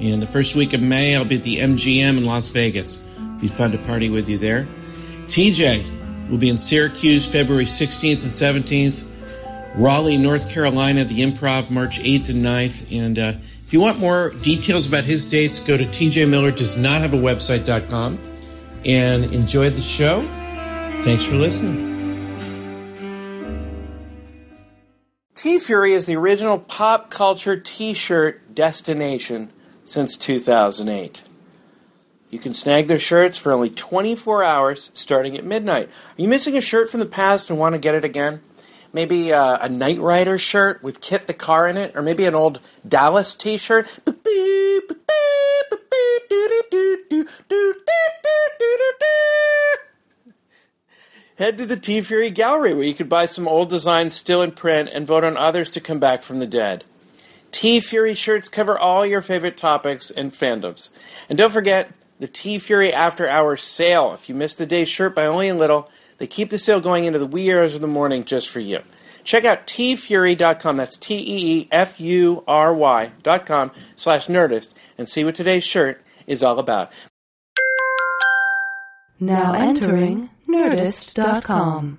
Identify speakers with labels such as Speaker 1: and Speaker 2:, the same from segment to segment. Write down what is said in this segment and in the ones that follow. Speaker 1: And the first week of May, I'll be at the MGM in Las Vegas. Be fun to party with you there. TJ will be in Syracuse February 16th and 17th. Raleigh, North Carolina, the improv March 8th and 9th. And uh, if you want more details about his dates, go to tjmillerdoesnothaveawebsite.com and enjoy the show. Thanks for listening. T Fury is the original pop culture t shirt destination since 2008. You can snag their shirts for only 24 hours starting at midnight. Are you missing a shirt from the past and want to get it again? Maybe uh, a Knight Rider shirt with Kit the Car in it, or maybe an old Dallas t shirt. Head to the T Fury Gallery where you could buy some old designs still in print and vote on others to come back from the dead. T Fury shirts cover all your favorite topics and fandoms. And don't forget the T Fury After Hours sale. If you miss the day's shirt by only a little, they keep the sale going into the wee hours of the morning just for you. Check out tfury.com, that's T E E F U R Y.com slash nerdist, and see what today's shirt is all about.
Speaker 2: Now entering Nerdist.com.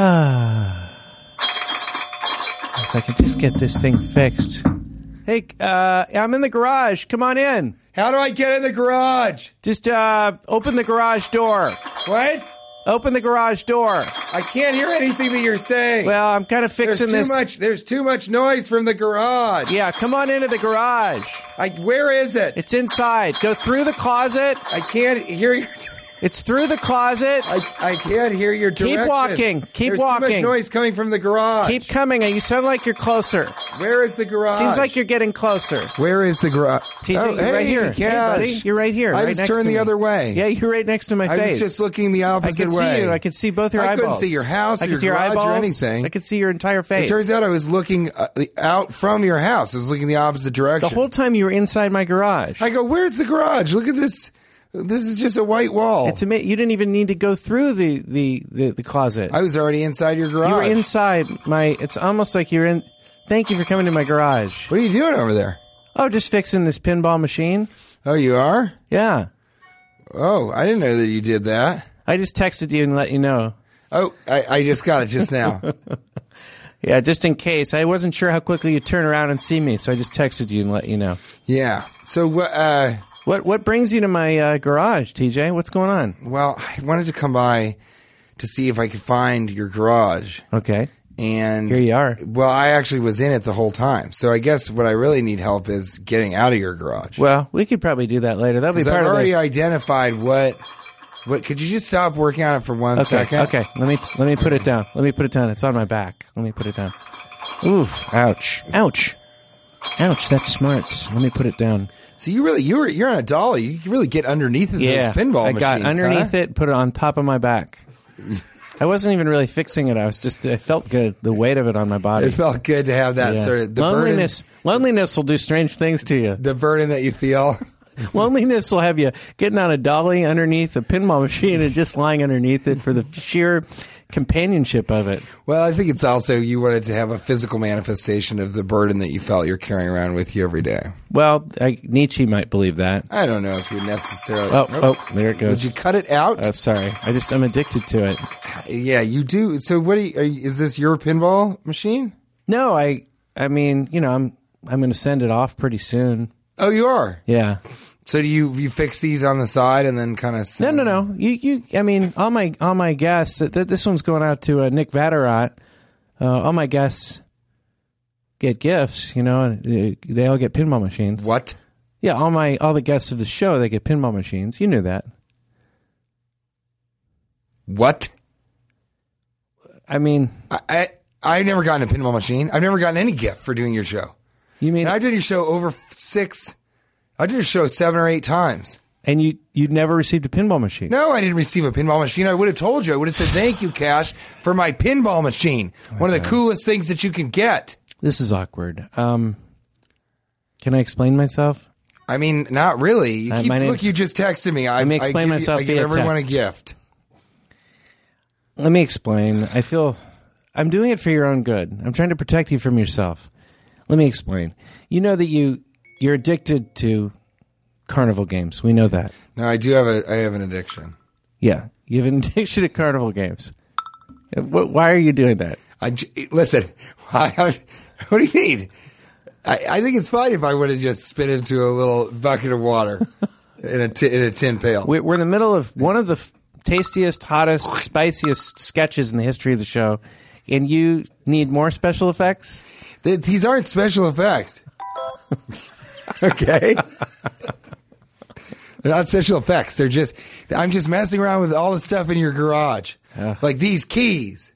Speaker 3: Ah. If I could just get this thing fixed. Hey, uh, I'm in the garage. Come on in.
Speaker 4: How do I get in the garage?
Speaker 3: Just uh, open the garage door.
Speaker 4: What?
Speaker 3: Open the garage door.
Speaker 4: I can't hear anything that you're saying.
Speaker 3: Well, I'm kind of
Speaker 4: there's too
Speaker 3: fixing this.
Speaker 4: much. There's too much noise from the garage.
Speaker 3: Yeah, come on into the garage.
Speaker 4: I, where is it?
Speaker 3: It's inside. Go through the closet.
Speaker 4: I can't hear your.
Speaker 3: It's through the closet.
Speaker 4: I, I can't hear your directions.
Speaker 3: walking. Keep
Speaker 4: there's Too
Speaker 3: walking.
Speaker 4: much noise coming from the garage.
Speaker 3: Keep coming. You sound like you're closer.
Speaker 4: where is the garage?
Speaker 3: Seems like you're getting closer.
Speaker 4: Where is the garage?
Speaker 3: TJ,
Speaker 4: oh,
Speaker 3: you're
Speaker 4: hey,
Speaker 3: right here. Hey,
Speaker 4: Cash.
Speaker 3: buddy, you're right here.
Speaker 4: I
Speaker 3: right
Speaker 4: was
Speaker 3: next
Speaker 4: turned
Speaker 3: to
Speaker 4: the
Speaker 3: me.
Speaker 4: other way.
Speaker 3: Yeah, you're right next to my
Speaker 4: I
Speaker 3: face.
Speaker 4: was just looking the
Speaker 3: I
Speaker 4: opposite
Speaker 3: could
Speaker 4: way.
Speaker 3: see you. I could see both your
Speaker 4: I
Speaker 3: eyeballs.
Speaker 4: couldn't see your house
Speaker 3: I
Speaker 4: or
Speaker 3: could see
Speaker 4: your
Speaker 3: your
Speaker 4: garage or
Speaker 3: eyeballs.
Speaker 4: anything.
Speaker 3: I could see your entire face.
Speaker 4: It turns out I was looking uh, out from your house. I was looking the opposite
Speaker 3: the
Speaker 4: direction.
Speaker 3: whole time you were inside my garage.
Speaker 4: I go, where's the garage? Look at this. This is just a white wall.
Speaker 3: It's ama- you didn't even need to go through the the the, the closet.
Speaker 4: I was already inside your garage.
Speaker 3: you were inside my. It's almost like you're in. Thank you for coming to my garage.
Speaker 4: What are you doing over there?
Speaker 3: Oh, just fixing this pinball machine.
Speaker 4: Oh, you are?
Speaker 3: Yeah,
Speaker 4: Oh, I didn't know that you did that.
Speaker 3: I just texted you and let you know.
Speaker 4: Oh, I, I just got it just now.
Speaker 3: Yeah, just in case. I wasn't sure how quickly you'd turn around and see me, so I just texted you and let you know.
Speaker 4: yeah. So, wh- uh,
Speaker 3: What what brings you to my uh, garage, TJ? What's going on?
Speaker 4: well, I wanted to come by to see if I could find your garage.
Speaker 3: Okay.
Speaker 4: And
Speaker 3: Here you are.
Speaker 4: Well, I actually was in it the whole time. So I guess what I really need help is getting out of your garage.
Speaker 3: Well, we could probably do that later. That'll be
Speaker 4: 'Cause
Speaker 3: part
Speaker 4: I've
Speaker 3: of
Speaker 4: already
Speaker 3: the.
Speaker 4: identified what. What could you just stop working on it for one
Speaker 3: Okay.
Speaker 4: second?
Speaker 3: Okay. Let me let me put it down. Let me put it down. It's on my back. Let me put it down. Oof! Ouch! Ouch! Ouch! That smarts. Let me put it down.
Speaker 4: So you really you're you're on a dolly. You can really get underneath of
Speaker 3: Yeah.
Speaker 4: those pinball
Speaker 3: I got
Speaker 4: machines,
Speaker 3: underneath
Speaker 4: huh?
Speaker 3: it. Put it on top of my back. I wasn't even really fixing it. I was just. I felt good. The weight of it on my body.
Speaker 4: It felt good to have that
Speaker 3: Yeah.
Speaker 4: sort of the
Speaker 3: loneliness. Loneliness will do strange things to you.
Speaker 4: burden, the burden that you feel.
Speaker 3: Loneliness will have you getting on a dolly underneath a pinball machine and just lying underneath it for the sheer companionship of it.
Speaker 4: Well, I think it's also you wanted to have a physical manifestation of the burden that you felt you're carrying around with you every day.
Speaker 3: Well, I, Nietzsche might believe that.
Speaker 4: I don't know if you necessarily.
Speaker 3: Oh, oh, there it
Speaker 4: Would
Speaker 3: goes.
Speaker 4: you cut it out?
Speaker 3: Oh, sorry. I just I'm addicted to it.
Speaker 4: yeah, you do. So, what are you, are you- is this your pinball machine?
Speaker 3: No, I I mean, you know, I'm I'm going to send it off pretty soon.
Speaker 4: Oh, you are.
Speaker 3: Yeah.
Speaker 4: So, do you you fix these on the side and then kind of?
Speaker 3: No, no, no. You you I mean, all my all my guests th- this one's going out to uh, Nick Vatterott. Uh, all my guests get gifts, you know, and uh, they all get pinball machines.
Speaker 4: What?
Speaker 3: Yeah, all my all the guests of the show they get pinball machines. You knew that.
Speaker 4: What?
Speaker 3: I mean,
Speaker 4: I, I I've never gotten a pinball machine. I've never gotten any gift for doing your show.
Speaker 3: you mean
Speaker 4: And I did your show over six. I did your show seven or eight times.
Speaker 3: and you you never received a pinball machine.
Speaker 4: No, I didn't receive a pinball machine. I would have told you. I would have said, "Thank you, Cash, for my pinball machine. One of the coolest things that you can get."
Speaker 3: This is awkward. Um can I explain myself?
Speaker 4: I mean, not really. You
Speaker 3: Uh,
Speaker 4: keep,
Speaker 3: my
Speaker 4: look,
Speaker 3: name's-
Speaker 4: you just texted me. I,
Speaker 3: Let me
Speaker 4: I
Speaker 3: explain
Speaker 4: give you-
Speaker 3: myself
Speaker 4: I give
Speaker 3: via
Speaker 4: everyone
Speaker 3: text.
Speaker 4: a gift.
Speaker 3: Let me explain. I feel I'm doing it for your own good. I'm trying to protect you from yourself. Let me explain. You know that you you're addicted to carnival games. We know that.
Speaker 4: No, I do have a. I have an addiction.
Speaker 3: Yeah, you have an addiction to carnival games. What, why are you doing that?
Speaker 4: I j- listen. I, what do you mean? I, I think it's fine if I would have just spit into a little bucket of water in a ti- in a tin pail.
Speaker 3: We- We're in the middle of one of the f- tastiest, hottest, spiciest sketches in the history of the show, and you need more special effects.
Speaker 4: Th- these aren't special effects. okay. They're not special effects. They're just I'm just messing around with all the stuff in your garage. Like these keys.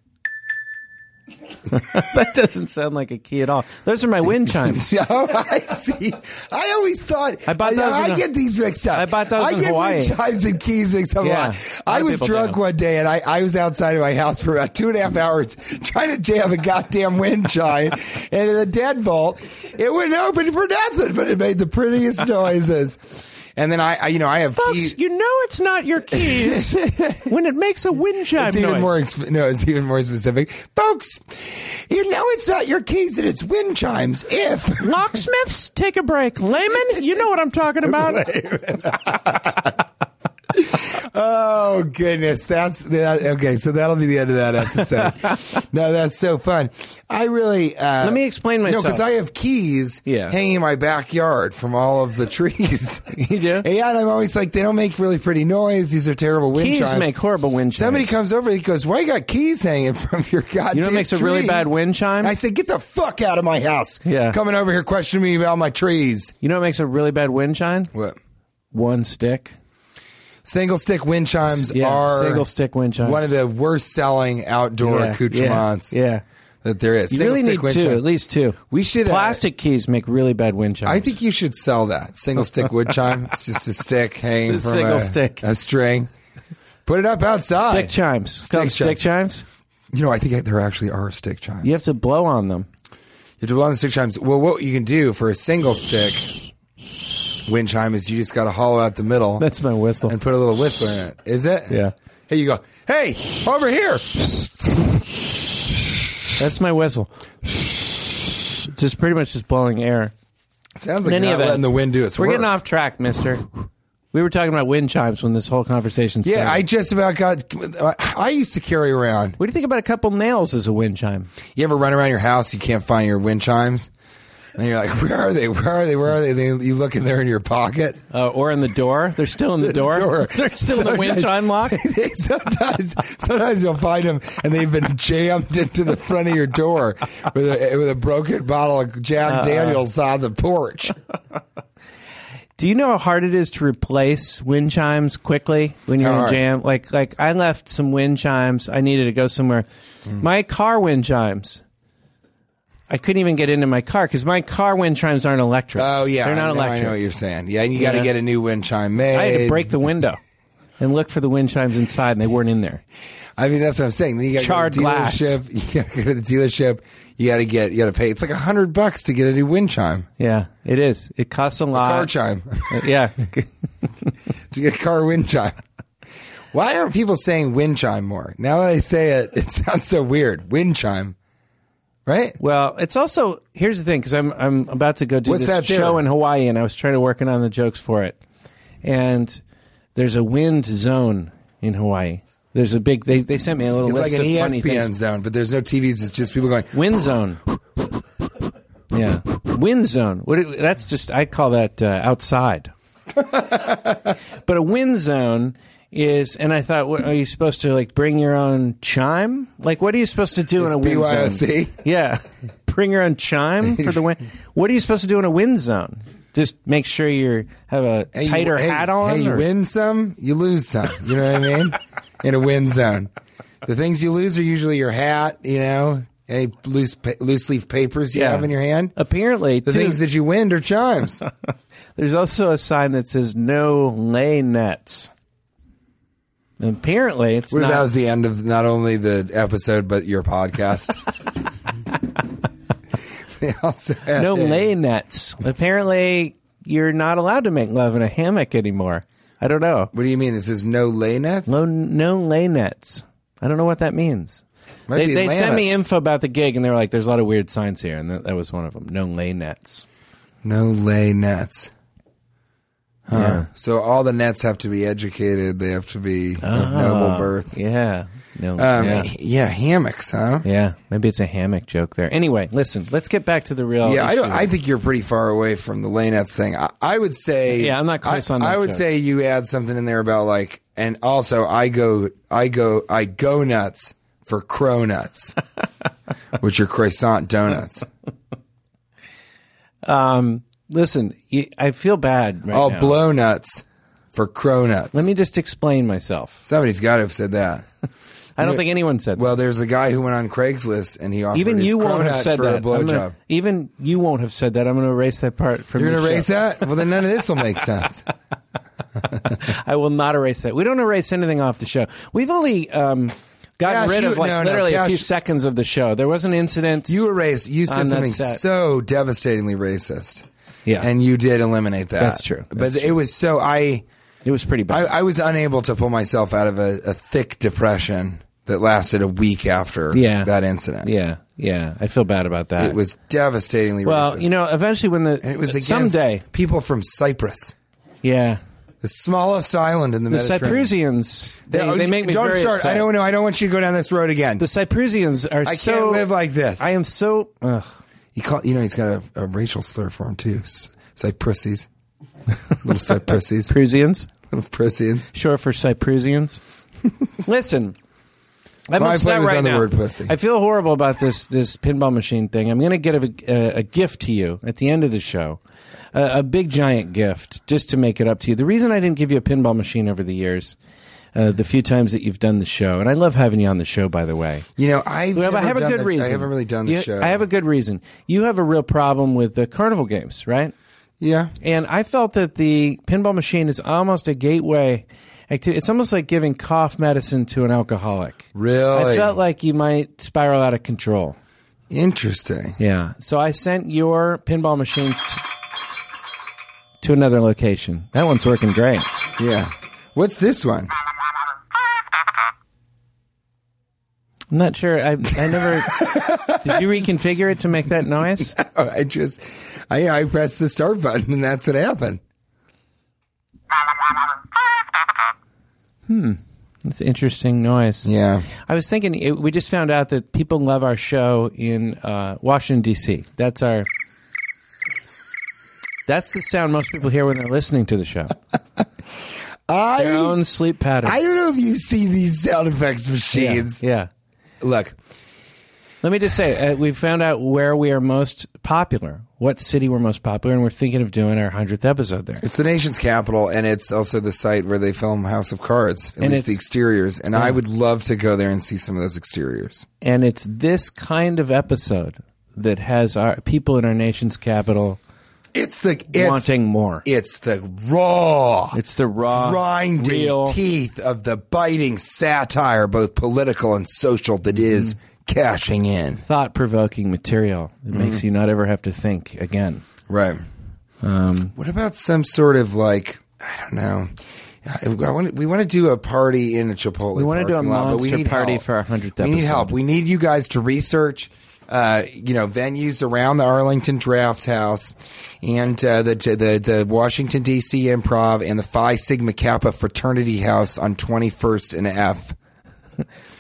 Speaker 3: That doesn't sound like a key at all. Those are my wind chimes.
Speaker 4: Oh, I see. I always thought
Speaker 3: I bought those
Speaker 4: I,
Speaker 3: in-
Speaker 4: get these mixed up.
Speaker 3: I bought those in
Speaker 4: get
Speaker 3: Hawaii.
Speaker 4: wind chimes and keys mixed up
Speaker 3: Yeah,
Speaker 4: a
Speaker 3: a lot
Speaker 4: lot.
Speaker 3: of
Speaker 4: I was
Speaker 3: people
Speaker 4: drunk
Speaker 3: do.
Speaker 4: one day and I, I was outside of my house for about two and a half hours trying to jam a goddamn wind chime and in the deadbolt it wouldn't open for nothing, but it made the prettiest noises. And then I, I you know, I have keys.
Speaker 3: Folks, you know it's not your keys when it makes a wind chime
Speaker 4: It's even
Speaker 3: noise.
Speaker 4: more exp- no. It's even more specific, folks. You know it's not your keys and it's wind chimes. If
Speaker 3: Locksmiths, take a break. Layman, you know what I'm talking about.
Speaker 4: Oh goodness, that's that. Okay, so that'll be the end of that episode. no, that's so fun. I really uh,
Speaker 3: Let me explain myself.
Speaker 4: No, because I have keys
Speaker 3: Yeah.
Speaker 4: hanging in my backyard from all of the trees.
Speaker 3: You do?
Speaker 4: Yeah, and I'm always like, they don't make really pretty noise. These are terrible wind
Speaker 3: Keys
Speaker 4: chimes.
Speaker 3: make horrible wind chimes.
Speaker 4: Somebody comes over, he goes, "Why you got keys hanging from your goddamn?"
Speaker 3: You know what makes a really
Speaker 4: trees?"
Speaker 3: bad wind chime?
Speaker 4: I said, "Get the fuck out of my house!"
Speaker 3: Yeah.
Speaker 4: coming over here questioning me about my trees.
Speaker 3: You know what makes a really bad wind chime?
Speaker 4: What?
Speaker 3: One stick.
Speaker 4: Single stick wind chimes
Speaker 3: Yeah,
Speaker 4: are
Speaker 3: single stick wind chimes.
Speaker 4: One of the worst selling outdoor
Speaker 3: yeah,
Speaker 4: accoutrements
Speaker 3: Yeah. yeah.
Speaker 4: that there is.
Speaker 3: You
Speaker 4: Single
Speaker 3: really
Speaker 4: stick
Speaker 3: need two,
Speaker 4: wind chime.
Speaker 3: at least two.
Speaker 4: We should, uh,
Speaker 3: Plastic keys make really bad wind chimes.
Speaker 4: I think you should sell that single stick wood chime. It's just a stick hanging
Speaker 3: It's
Speaker 4: from
Speaker 3: single
Speaker 4: a,
Speaker 3: stick.
Speaker 4: a string. Put it up outside.
Speaker 3: stick chimes. Stick, stick
Speaker 4: Stick
Speaker 3: chimes.
Speaker 4: You know, I think there actually are stick chimes.
Speaker 3: You have to blow on them.
Speaker 4: You have to blow on the stick chimes. Well, what you can do for a single stick wind chime is you just got to hollow out the middle
Speaker 3: That's my whistle.
Speaker 4: and put a little whistle in it. Is it?
Speaker 3: Yeah.
Speaker 4: Hey, you go. Hey, over here.
Speaker 3: That's my whistle. Just pretty much just blowing air.
Speaker 4: Sounds
Speaker 3: In
Speaker 4: like
Speaker 3: any
Speaker 4: you're not
Speaker 3: event,
Speaker 4: letting the wind do its
Speaker 3: We're
Speaker 4: work.
Speaker 3: getting off track, mister. We were talking about wind chimes when this whole conversation started.
Speaker 4: Yeah, I just about got. I used to carry around.
Speaker 3: What do you think about a couple nails as a wind chime?
Speaker 4: You ever run around your house, you can't find your wind chimes, and you're like, "Where are they? Where are they? Where are they?" Then you look in there in your pocket.
Speaker 3: Uh, or in the door? They're still in the door.
Speaker 4: door.
Speaker 3: They're still in the wind
Speaker 4: Sometimes-
Speaker 3: chime lock.
Speaker 4: sometimes, sometimes you'll find them, and they've been jammed into the front of your door with a, with a broken bottle of Jack
Speaker 3: Uh-uh.
Speaker 4: Daniels on the porch.
Speaker 3: Do you know how hard it is to replace wind chimes quickly when you're in
Speaker 4: Hard.
Speaker 3: a jam? Like, like I left some wind chimes. I needed to go somewhere.
Speaker 4: Mm.
Speaker 3: My car wind chimes. I couldn't even get into my car because my car wind chimes aren't electric.
Speaker 4: Oh yeah,
Speaker 3: they're
Speaker 4: I
Speaker 3: not
Speaker 4: know-
Speaker 3: electric.
Speaker 4: I know what you're saying. Yeah, and you got to
Speaker 3: Yeah.
Speaker 4: get a new wind chime made.
Speaker 3: I had to break the window and look for the wind chimes inside, and they weren't in there.
Speaker 4: I mean, that's what I'm saying. Then you got
Speaker 3: Charred
Speaker 4: to go to the
Speaker 3: glass.
Speaker 4: dealership. You got to go to the dealership. You got to get. You got to pay. It's like a hundred bucks to get a new wind chime,
Speaker 3: Yeah, it is. It Uh, costs a lot.
Speaker 4: car chime,
Speaker 3: Uh, yeah,
Speaker 4: to get a car wind chime. Why aren't people saying wind chime more? Now that I say it, it sounds so weird. Wind chime, right?
Speaker 3: Well, it's also here's the thing because I'm I'm about to go do
Speaker 4: What's
Speaker 3: this
Speaker 4: that
Speaker 3: show
Speaker 4: theory?
Speaker 3: in Hawaii, and I was trying to working on the jokes for it. And there's a wind zone in Hawaii. There's a big. They, they sent me a little
Speaker 4: It's
Speaker 3: list
Speaker 4: like an E
Speaker 3: of funny
Speaker 4: ESPN
Speaker 3: things.
Speaker 4: zone, but there's no TVs. It's just people going.
Speaker 3: Wind zone. Yeah, wind zone. What? It, that's just I call that uh, outside. but a wind zone is, and I thought, what, are you supposed to like bring your own chime? Like, what are you supposed to do in a wind
Speaker 4: BYOC?
Speaker 3: zone? Yeah, bring your own chime for the wind. What are you supposed to do in a wind zone? Just make sure you have a
Speaker 4: Hey, you-
Speaker 3: tighter
Speaker 4: hey,
Speaker 3: hat on.
Speaker 4: Hey, you
Speaker 3: or-
Speaker 4: win some, you lose some. You know what I mean? In a win zone, the things you lose are usually your hat. You know, any loose pa- loose leaf papers you
Speaker 3: Yeah.
Speaker 4: have in your hand.
Speaker 3: Apparently,
Speaker 4: The
Speaker 3: too,
Speaker 4: things that you win are chimes.
Speaker 3: There's also a sign that says no lay nets. And apparently, it's
Speaker 4: Well,
Speaker 3: not.
Speaker 4: that was the end of not only the episode but your podcast. They also had
Speaker 3: no
Speaker 4: a-
Speaker 3: lay nets. Apparently, you're not allowed to make love in a hammock anymore. I don't know.
Speaker 4: What do you mean? It says no lay nets.
Speaker 3: No, no lay nets. I don't know what that means.
Speaker 4: Might
Speaker 3: they
Speaker 4: be
Speaker 3: they sent me
Speaker 4: Lanets.
Speaker 3: info about the gig, and they were like, "There's a lot of weird signs here," and that, that was one of them. No lay nets.
Speaker 4: No lay nets. Huh. So all the nets have to be educated. They have to be of noble birth.
Speaker 3: Yeah. No.
Speaker 4: Um,
Speaker 3: Ah. yeah.
Speaker 4: yeah. hammocks, huh?
Speaker 3: Yeah. Maybe it's a hammock joke there. Anyway, listen. Let's get back to the real.
Speaker 4: Yeah, I don't.
Speaker 3: issue.
Speaker 4: I think you're pretty far away from the lay nets thing. I, I would say.
Speaker 3: Yeah, I'm not close
Speaker 4: I,
Speaker 3: on that
Speaker 4: I would
Speaker 3: joke.
Speaker 4: say you add something in there about like, and also I go, I go, I go nuts for crow nuts, which are croissant donuts.
Speaker 3: listen. You, I feel bad right
Speaker 4: All
Speaker 3: now.
Speaker 4: blow nuts for crow nuts.
Speaker 3: Let me just explain myself.
Speaker 4: Somebody's got to have said that.
Speaker 3: I don't think anyone said that.
Speaker 4: Well, there's a guy who went on Craigslist and he offered
Speaker 3: Even
Speaker 4: his
Speaker 3: you
Speaker 4: crow
Speaker 3: won't have
Speaker 4: nut
Speaker 3: said
Speaker 4: for
Speaker 3: that.
Speaker 4: a
Speaker 3: I'm gonna-
Speaker 4: blowjob.
Speaker 3: even you won't have said that. I'm going to erase that part from
Speaker 4: You're
Speaker 3: the
Speaker 4: gonna erase
Speaker 3: show.
Speaker 4: that? Well, then none of this will make sense.
Speaker 3: I will not erase that. We don't erase anything off the show. We've only um, gotten
Speaker 4: Cash,
Speaker 3: rid of
Speaker 4: you-
Speaker 3: like
Speaker 4: no, no,
Speaker 3: literally a
Speaker 4: Cash-
Speaker 3: few seconds of the show. There was an incident.
Speaker 4: You erased. You
Speaker 3: On
Speaker 4: said
Speaker 3: that
Speaker 4: something
Speaker 3: set.
Speaker 4: so devastatingly racist.
Speaker 3: Yeah.
Speaker 4: and you did eliminate that.
Speaker 3: That's true. That's
Speaker 4: but it was so I,
Speaker 3: it was pretty
Speaker 4: I
Speaker 3: bad.
Speaker 4: I was unable to pull myself out of a, a thick depression that lasted a week after
Speaker 3: Yeah.
Speaker 4: that incident.
Speaker 3: yeah, yeah. I feel bad about that.
Speaker 4: it was devastatingly
Speaker 3: well,
Speaker 4: racist.
Speaker 3: you know, eventually when the
Speaker 4: and it was against
Speaker 3: someday,
Speaker 4: people from Cyprus,
Speaker 3: yeah,
Speaker 4: the smallest island in the,
Speaker 3: the
Speaker 4: Mediterranean.
Speaker 3: Cyprusians they,
Speaker 4: Oh,
Speaker 3: they make me
Speaker 4: don't
Speaker 3: very
Speaker 4: start.
Speaker 3: upset.
Speaker 4: I don't know. I don't want you to go down this road again.
Speaker 3: The Cyprusians are
Speaker 4: I
Speaker 3: so
Speaker 4: can't live like this.
Speaker 3: I am so. Ugh.
Speaker 4: He call, you know, he's got a, a racial slur for him too. S- Cyprusies, little Cyprusies,
Speaker 3: Prusians.
Speaker 4: little Prussians.
Speaker 3: Sure for Cyprusians. Listen, I'm
Speaker 4: My
Speaker 3: upset
Speaker 4: blame is
Speaker 3: right
Speaker 4: on the
Speaker 3: now.
Speaker 4: word pussy.
Speaker 3: I feel horrible about this this pinball machine thing. I'm going to get a, a, a gift to you at the end of the show, a, a big giant gift just to make it up to you. The reason I didn't give you a pinball machine over the years. Uh, the few times that you've done the show, and I love having you on the show. By the way,
Speaker 4: You know, I've
Speaker 3: well,
Speaker 4: never
Speaker 3: I have a
Speaker 4: done
Speaker 3: good
Speaker 4: the-
Speaker 3: reason.
Speaker 4: I haven't really done the
Speaker 3: You-
Speaker 4: show.
Speaker 3: I have a good reason. You have a real problem with the carnival games, right?
Speaker 4: yeah.
Speaker 3: And I felt that the pinball machine is almost a gateway activity. It's almost like giving cough medicine to an alcoholic.
Speaker 4: Really?
Speaker 3: I felt like you might spiral out of control.
Speaker 4: Interesting.
Speaker 3: Yeah. So I sent your pinball machines t- to another location. That one's working great.
Speaker 4: Yeah. What's this one?
Speaker 3: I'm not sure. I, I never. did you reconfigure it to make that noise?
Speaker 4: Oh, I just, I, I pressed the start button and that's what happened.
Speaker 3: It's an interesting noise.
Speaker 4: Yeah.
Speaker 3: I was thinking, it, we just found out that people love our show in uh, Washington, D.C. That's our. That's the sound most people hear when they're listening to the show. Their
Speaker 4: I,
Speaker 3: own sleep pattern.
Speaker 4: I don't know if you see these sound effects
Speaker 3: yeah,
Speaker 4: machines.
Speaker 3: yeah.
Speaker 4: Look,
Speaker 3: Let me just say, uh, we found out where we are most popular, what city we're most popular, and we're thinking of doing our 100th episode there.
Speaker 4: it's the nation's capital and it's also the site where they film House of Cards, at
Speaker 3: And
Speaker 4: least the
Speaker 3: it's-
Speaker 4: exteriors. And I would love to go there and see some of those exteriors.
Speaker 3: And it's this kind of episode that has our people in our nation's capital
Speaker 4: It's the, it's,
Speaker 3: wanting more.
Speaker 4: it's the raw.
Speaker 3: It's the raw,
Speaker 4: grinding
Speaker 3: real,
Speaker 4: teeth of the biting satire, both political and social, that
Speaker 3: Mm-hmm.
Speaker 4: is cashing in.
Speaker 3: thought provoking material
Speaker 4: Mm-hmm.
Speaker 3: that makes you not ever have to think again. Um,
Speaker 4: Right. what about some sort of like I don't know? Uh, I want to, we want to do a party in a Chipotle.
Speaker 3: We wanna do a
Speaker 4: parking lot, but we
Speaker 3: monster
Speaker 4: need
Speaker 3: party
Speaker 4: help.
Speaker 3: for our 100th
Speaker 4: We need
Speaker 3: episode.
Speaker 4: help. We need you guys to research, uh, you know, venues around the Arlington Draft House and uh, the, the the Washington D.C. Improv and the Phi Sigma Kappa Fraternity House on 21st and F.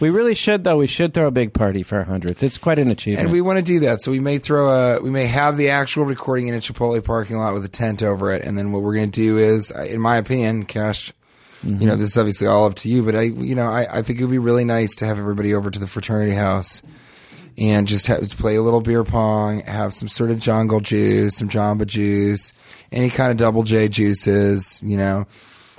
Speaker 3: We really should though. We should throw a big party for our hundredth. It's quite an achievement.
Speaker 4: And we want to do that, so we may throw a we may have the actual recording in a Chipotle parking lot with a tent over it, and then what we're going to do is, uh, in my opinion, Cash. You know, this is obviously all up to you, but I, you know, I, I think it would be really nice to have everybody over to the fraternity house and just have, to play a little beer pong, have some sort of jungle juice, some Jamba juice, any kind of double J juices, you know,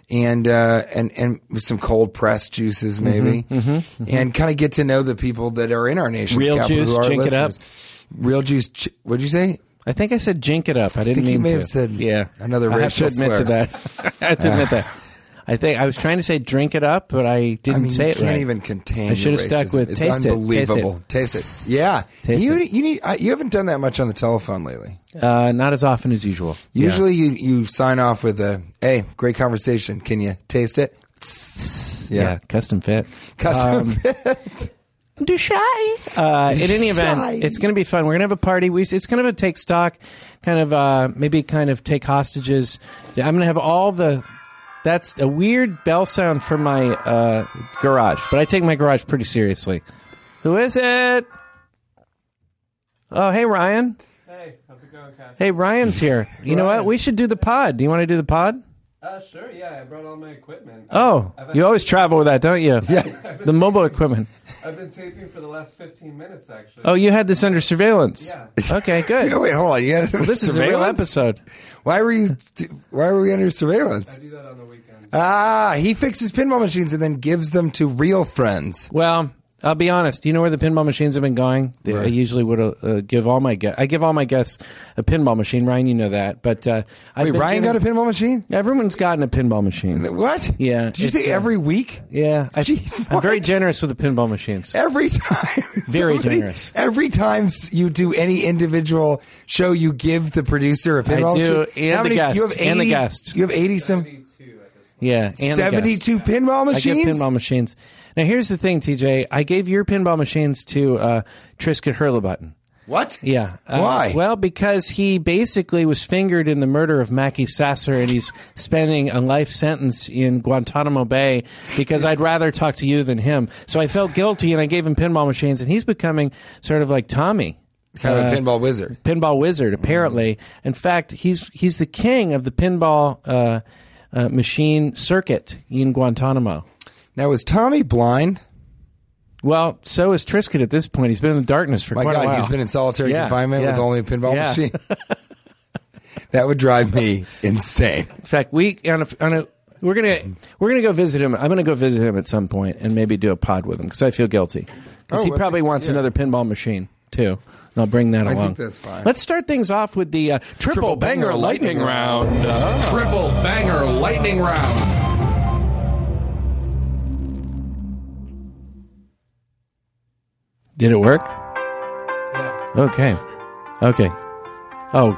Speaker 4: and uh, and and with some cold pressed juices
Speaker 3: Mm-hmm,
Speaker 4: maybe, and kind of get to know the people that are in our nation's
Speaker 3: Real
Speaker 4: capital,
Speaker 3: juice,
Speaker 4: who are our
Speaker 3: chink it up.
Speaker 4: listeners. Real juice. Ch- what'd you say?
Speaker 3: I think I said jink it up. I didn't
Speaker 4: think you
Speaker 3: mean
Speaker 4: may
Speaker 3: to.
Speaker 4: have said
Speaker 3: yeah.
Speaker 4: another
Speaker 3: I have to
Speaker 4: racial
Speaker 3: admit to
Speaker 4: slur.
Speaker 3: that. I have to admit that. I think I was trying to say drink it up, but I didn't
Speaker 4: I mean,
Speaker 3: say
Speaker 4: you
Speaker 3: it
Speaker 4: can't
Speaker 3: right.
Speaker 4: even contain.
Speaker 3: I should
Speaker 4: your
Speaker 3: have stuck
Speaker 4: racism.
Speaker 3: with
Speaker 4: it's
Speaker 3: taste it, taste it.
Speaker 4: unbelievable. Taste it. Yeah,
Speaker 3: Taste
Speaker 4: you
Speaker 3: it.
Speaker 4: you need uh, you haven't done that much on the telephone lately.
Speaker 3: uh, not as often as usual. Yeah.
Speaker 4: Usually you, you sign off with a, hey, great conversation. Can you taste it?
Speaker 3: yeah, custom fit.
Speaker 4: Custom
Speaker 3: Dushai. Um, Uh, in any
Speaker 4: Dushai.
Speaker 3: event, it's going to be fun. We're going to have a party. We, it's going to take stock, kind of uh, maybe kind of take hostages. I'm going to have all the. That's a weird bell sound for my uh, garage, but I take my garage pretty seriously. Who is it? Oh, hey Ryan.
Speaker 5: Hey, how's it going, Cash?
Speaker 3: Hey Ryan's here. You know what? We should do the pod. Do you want to do the pod?
Speaker 5: Uh, sure, yeah, I brought all my equipment.
Speaker 3: Oh,
Speaker 5: I've
Speaker 3: you always travel with that, don't you? Yeah. The mobile equipment.
Speaker 5: I've been taping for the last 15 minutes, actually.
Speaker 3: Oh, you had this under surveillance.
Speaker 5: Yeah.
Speaker 3: Okay, good.
Speaker 4: No, wait, hold on. You got
Speaker 3: This is a real episode.
Speaker 4: Why were you? Why were we under
Speaker 5: I
Speaker 4: surveillance?
Speaker 5: do that on the weekends.
Speaker 4: Ah, he fixes pinball machines and then gives them to real friends.
Speaker 3: Well, I'll be honest. You know where the pinball machines have been going? They- I
Speaker 4: Right.
Speaker 3: usually would uh, give all my guests. I give all my guests a pinball machine. Ryan, you know that. But uh, I've
Speaker 4: Wait,
Speaker 3: been
Speaker 4: Ryan got
Speaker 3: giving-
Speaker 4: a pinball machine.
Speaker 3: Everyone's gotten a pinball machine.
Speaker 4: What?
Speaker 3: Yeah,
Speaker 4: Did you
Speaker 3: it's,
Speaker 4: say
Speaker 3: uh,
Speaker 4: every week?
Speaker 3: Yeah, I,
Speaker 4: Jeez,
Speaker 3: I'm very
Speaker 4: what?
Speaker 3: generous with the pinball machines.
Speaker 4: Every time,
Speaker 3: Very generous.
Speaker 4: Every time you do any individual show, you give the producer a pinball.
Speaker 3: do,
Speaker 4: machine?
Speaker 3: and
Speaker 4: How
Speaker 3: the
Speaker 4: many-
Speaker 3: guest,
Speaker 4: You have 80,
Speaker 3: and the guest.
Speaker 4: You have eighty some
Speaker 5: 72 at this point.
Speaker 3: Yeah, and the guests.
Speaker 4: seventy-two pinball
Speaker 3: I give
Speaker 4: machines.
Speaker 3: pinball machines. Now here's the thing, TJ. I gave your pinball machines to uh, Trisket Hurlibutton.
Speaker 4: What?
Speaker 3: Yeah. Uh,
Speaker 4: Why?
Speaker 3: Well, because he basically was fingered in the murder of Mackie Sasser, and he's spending a life sentence in Guantanamo Bay. Because I'd rather talk to you than him, so I felt guilty, and I gave him pinball machines, and he's becoming sort of like Tommy.
Speaker 4: Kind
Speaker 3: uh,
Speaker 4: of a pinball wizard.
Speaker 3: pinball wizard. Apparently, in fact, he's he's the king of the pinball uh, uh, machine circuit in Guantanamo.
Speaker 4: Now was Tommy blind?
Speaker 3: Well, so is Trisket at this point. He's been in the darkness for
Speaker 4: My
Speaker 3: quite a
Speaker 4: God,
Speaker 3: while.
Speaker 4: he's been in solitary
Speaker 3: Yeah,
Speaker 4: confinement with
Speaker 3: yeah,
Speaker 4: only a pinball
Speaker 3: yeah.
Speaker 4: machine. that would drive me insane.
Speaker 3: in fact, we on a, on a we're gonna we're gonna go visit him. I'm gonna go visit him at some point and maybe do a pod with him because I feel guilty because
Speaker 4: Oh,
Speaker 3: he
Speaker 4: well,
Speaker 3: probably
Speaker 4: yeah.
Speaker 3: wants another pinball machine too. And I'll bring that
Speaker 4: think
Speaker 3: along.
Speaker 4: that's fine.
Speaker 3: Let's start things off with the uh, triple, banger, lightning, round.
Speaker 6: Triple banger lightning round.
Speaker 3: Did it work?
Speaker 5: Yeah.
Speaker 3: Okay. Okay. Oh.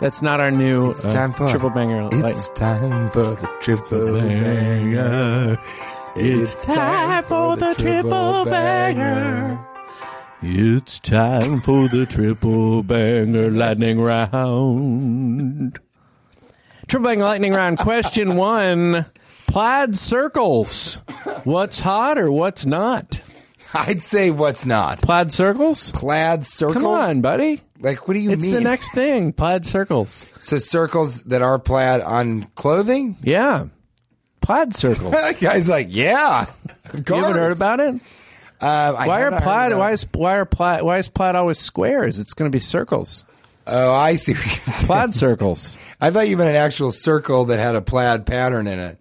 Speaker 3: That's not our new
Speaker 4: It's
Speaker 3: uh,
Speaker 4: time for
Speaker 3: triple banger.
Speaker 4: It's
Speaker 3: lightning.
Speaker 4: time for the triple banger. It's
Speaker 3: time for the triple banger. It's time for the triple banger lightning round. Triple banger lightning round. Question one: Plaid circles. What's hot or what's not?
Speaker 4: I'd say what's not
Speaker 3: Plaid circles.
Speaker 4: plaid circles.
Speaker 3: Come on, buddy.
Speaker 4: like what do you
Speaker 3: It's
Speaker 4: mean?
Speaker 3: the next thing. Plaid circles.
Speaker 4: so circles that are plaid on clothing.
Speaker 3: Yeah, plaid circles. you
Speaker 4: That guy's like, yeah. Of course.
Speaker 3: haven't heard about it?
Speaker 4: Um, I
Speaker 3: Why
Speaker 4: have
Speaker 3: are
Speaker 4: not heard
Speaker 3: plaid?
Speaker 4: about
Speaker 3: Why
Speaker 4: it.
Speaker 3: is why are plaid? Why is plaid always squares? It's going to be circles.
Speaker 4: Oh, I see. What you're saying.
Speaker 3: Plaid circles.
Speaker 4: I thought you meant an actual circle that had a plaid pattern in it.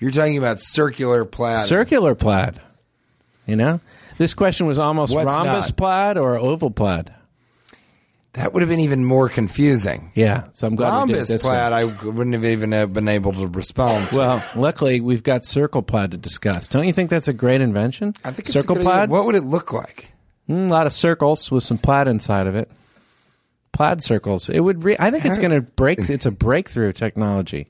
Speaker 4: You're talking about circular plaid.
Speaker 3: circular plaid. You know, this question was almost
Speaker 4: What's
Speaker 3: rhombus
Speaker 4: not?
Speaker 3: plaid or oval plaid.
Speaker 4: that would have been even more confusing.
Speaker 3: Yeah, so I'm glad we did it
Speaker 4: Rhombus
Speaker 3: this
Speaker 4: plaid,
Speaker 3: way.
Speaker 4: I wouldn't have even have been able to respond. to.
Speaker 3: Well, luckily we've got circle plaid to discuss. Don't you think that's a great invention?
Speaker 4: I think it's a
Speaker 3: circle
Speaker 4: good idea.
Speaker 3: plaid.
Speaker 4: What would it look like?
Speaker 3: Mm, a lot of circles with some plaid inside of it. Plaid circles. It would. Re- I think it's going to break. It's a breakthrough technology.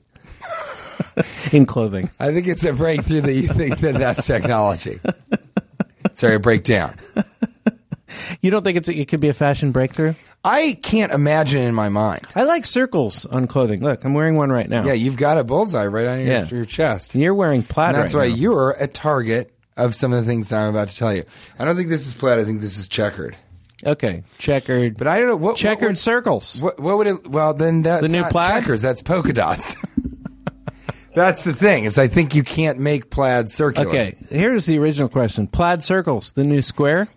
Speaker 3: in clothing.
Speaker 4: I think it's a breakthrough that you think that that's technology. Sorry, a breakdown.
Speaker 3: You don't think it's it could be a fashion breakthrough?
Speaker 4: I can't imagine in my mind.
Speaker 3: I like circles on clothing. Look, I'm wearing one right now.
Speaker 4: Yeah, you've got a bullseye right on your,
Speaker 3: Yeah.
Speaker 4: your chest.
Speaker 3: And you're wearing plaid.
Speaker 4: And that's
Speaker 3: right
Speaker 4: why
Speaker 3: now.
Speaker 4: you're a target of some of the things that I'm about to tell you. I don't think this is plaid. I think this is checkered.
Speaker 3: Okay, checkered.
Speaker 4: But I don't know what
Speaker 3: checkered
Speaker 4: What
Speaker 3: circles.
Speaker 4: would, what, what would it? Well, then that's
Speaker 3: The new
Speaker 4: not
Speaker 3: plaid?
Speaker 4: checkers. That's polka dots. that's the thing is, I think you can't make plaid circular.
Speaker 3: Okay, here's the original question: plaid circles, the new square.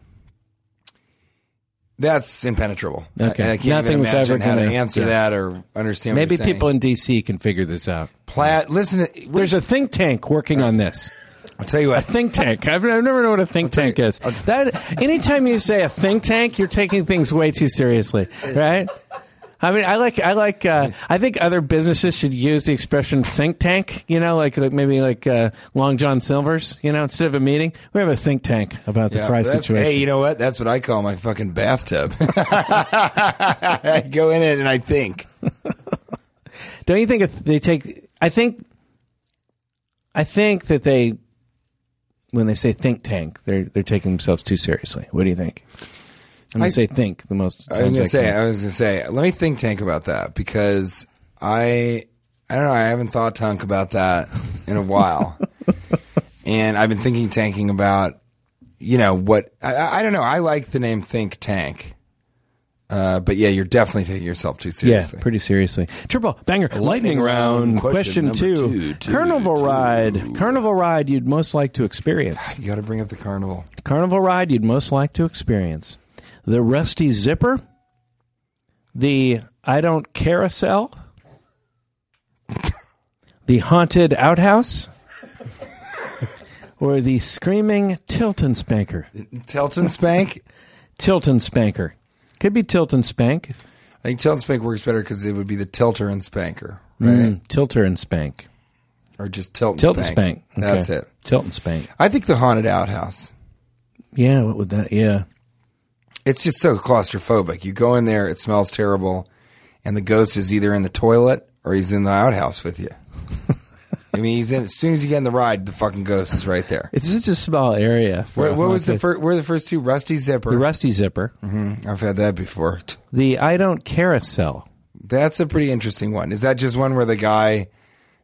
Speaker 4: that's impenetrable.
Speaker 3: Okay.
Speaker 4: I, I can't
Speaker 3: Nothing
Speaker 4: even
Speaker 3: was
Speaker 4: imagine
Speaker 3: ever
Speaker 4: how to
Speaker 3: gonna-
Speaker 4: answer
Speaker 3: yeah.
Speaker 4: that or understand. what
Speaker 3: Maybe
Speaker 4: you're saying.
Speaker 3: people in DC can figure this out.
Speaker 4: plaid. Listen,
Speaker 3: There's a think tank working on this.
Speaker 4: I'll tell you what.
Speaker 3: Think tank. I've, I've never known what a think tank is. That anytime you say a think tank, you're taking things way too seriously, right? I mean, I like, I like, uh, I think other businesses should use the expression think tank. You know, like, like maybe like uh, Long John Silver's. You know, instead of a meeting, we have a think tank about the
Speaker 4: Yeah,
Speaker 3: fry
Speaker 4: but that's-
Speaker 3: situation.
Speaker 4: Hey, you know what? That's what I call my fucking bathtub. I go in it and I think.
Speaker 3: Don't you think if they take? I think, I think that they, when they say think tank, they're they're taking themselves too seriously. What do you think? I'm gonna
Speaker 4: I-
Speaker 3: say think the most.
Speaker 4: I was
Speaker 3: times
Speaker 4: gonna
Speaker 3: I
Speaker 4: say. uh,
Speaker 3: can.
Speaker 4: I was gonna say. Let me think tank about that because I I don't know. I haven't thought tank about that in a while, and I've been thinking tanking about you know what I- I, I don't know. I like the name think tank, uh, but yeah, you're definitely taking yourself too
Speaker 3: Yeah,
Speaker 4: seriously.
Speaker 3: pretty seriously. Triple banger, lightning, round. Question,
Speaker 4: Question number
Speaker 3: two.
Speaker 4: two, two,
Speaker 3: Carnival
Speaker 4: two.
Speaker 3: ride. Carnival ride you'd most like to experience.
Speaker 4: you got to bring up the carnival.
Speaker 3: Carnival ride you'd most like to experience. The rusty zipper. The I don't carousel. The haunted outhouse. Or the screaming Tilton spanker.
Speaker 4: Telton Spank.
Speaker 3: Tilton spanker. Could be Tilton spank.
Speaker 4: I think Tilton Spank works better because it would be the tilter and spanker, right?
Speaker 3: Mm, tilter and spank.
Speaker 4: Or just Tilton,
Speaker 3: Tilton spank. Okay.
Speaker 4: That's it.
Speaker 3: Tilton spank.
Speaker 4: I think the haunted outhouse.
Speaker 3: Yeah, what would that? Yeah,
Speaker 4: It's just so claustrophobic. You go in there, it smells terrible, and the ghost is either in the toilet or he's in the outhouse with you. I mean, he's in. As soon as you get in the ride, the fucking ghost is right there.
Speaker 3: it's such a small area. for
Speaker 4: What,
Speaker 3: a
Speaker 4: what was the
Speaker 3: haunted-
Speaker 4: first? Where the first two? Rusty
Speaker 3: The
Speaker 4: zipper.
Speaker 3: rusty zipper.
Speaker 4: I've had that before.
Speaker 3: The I don't carousel.
Speaker 4: That's a pretty interesting one. Is that just one where the guy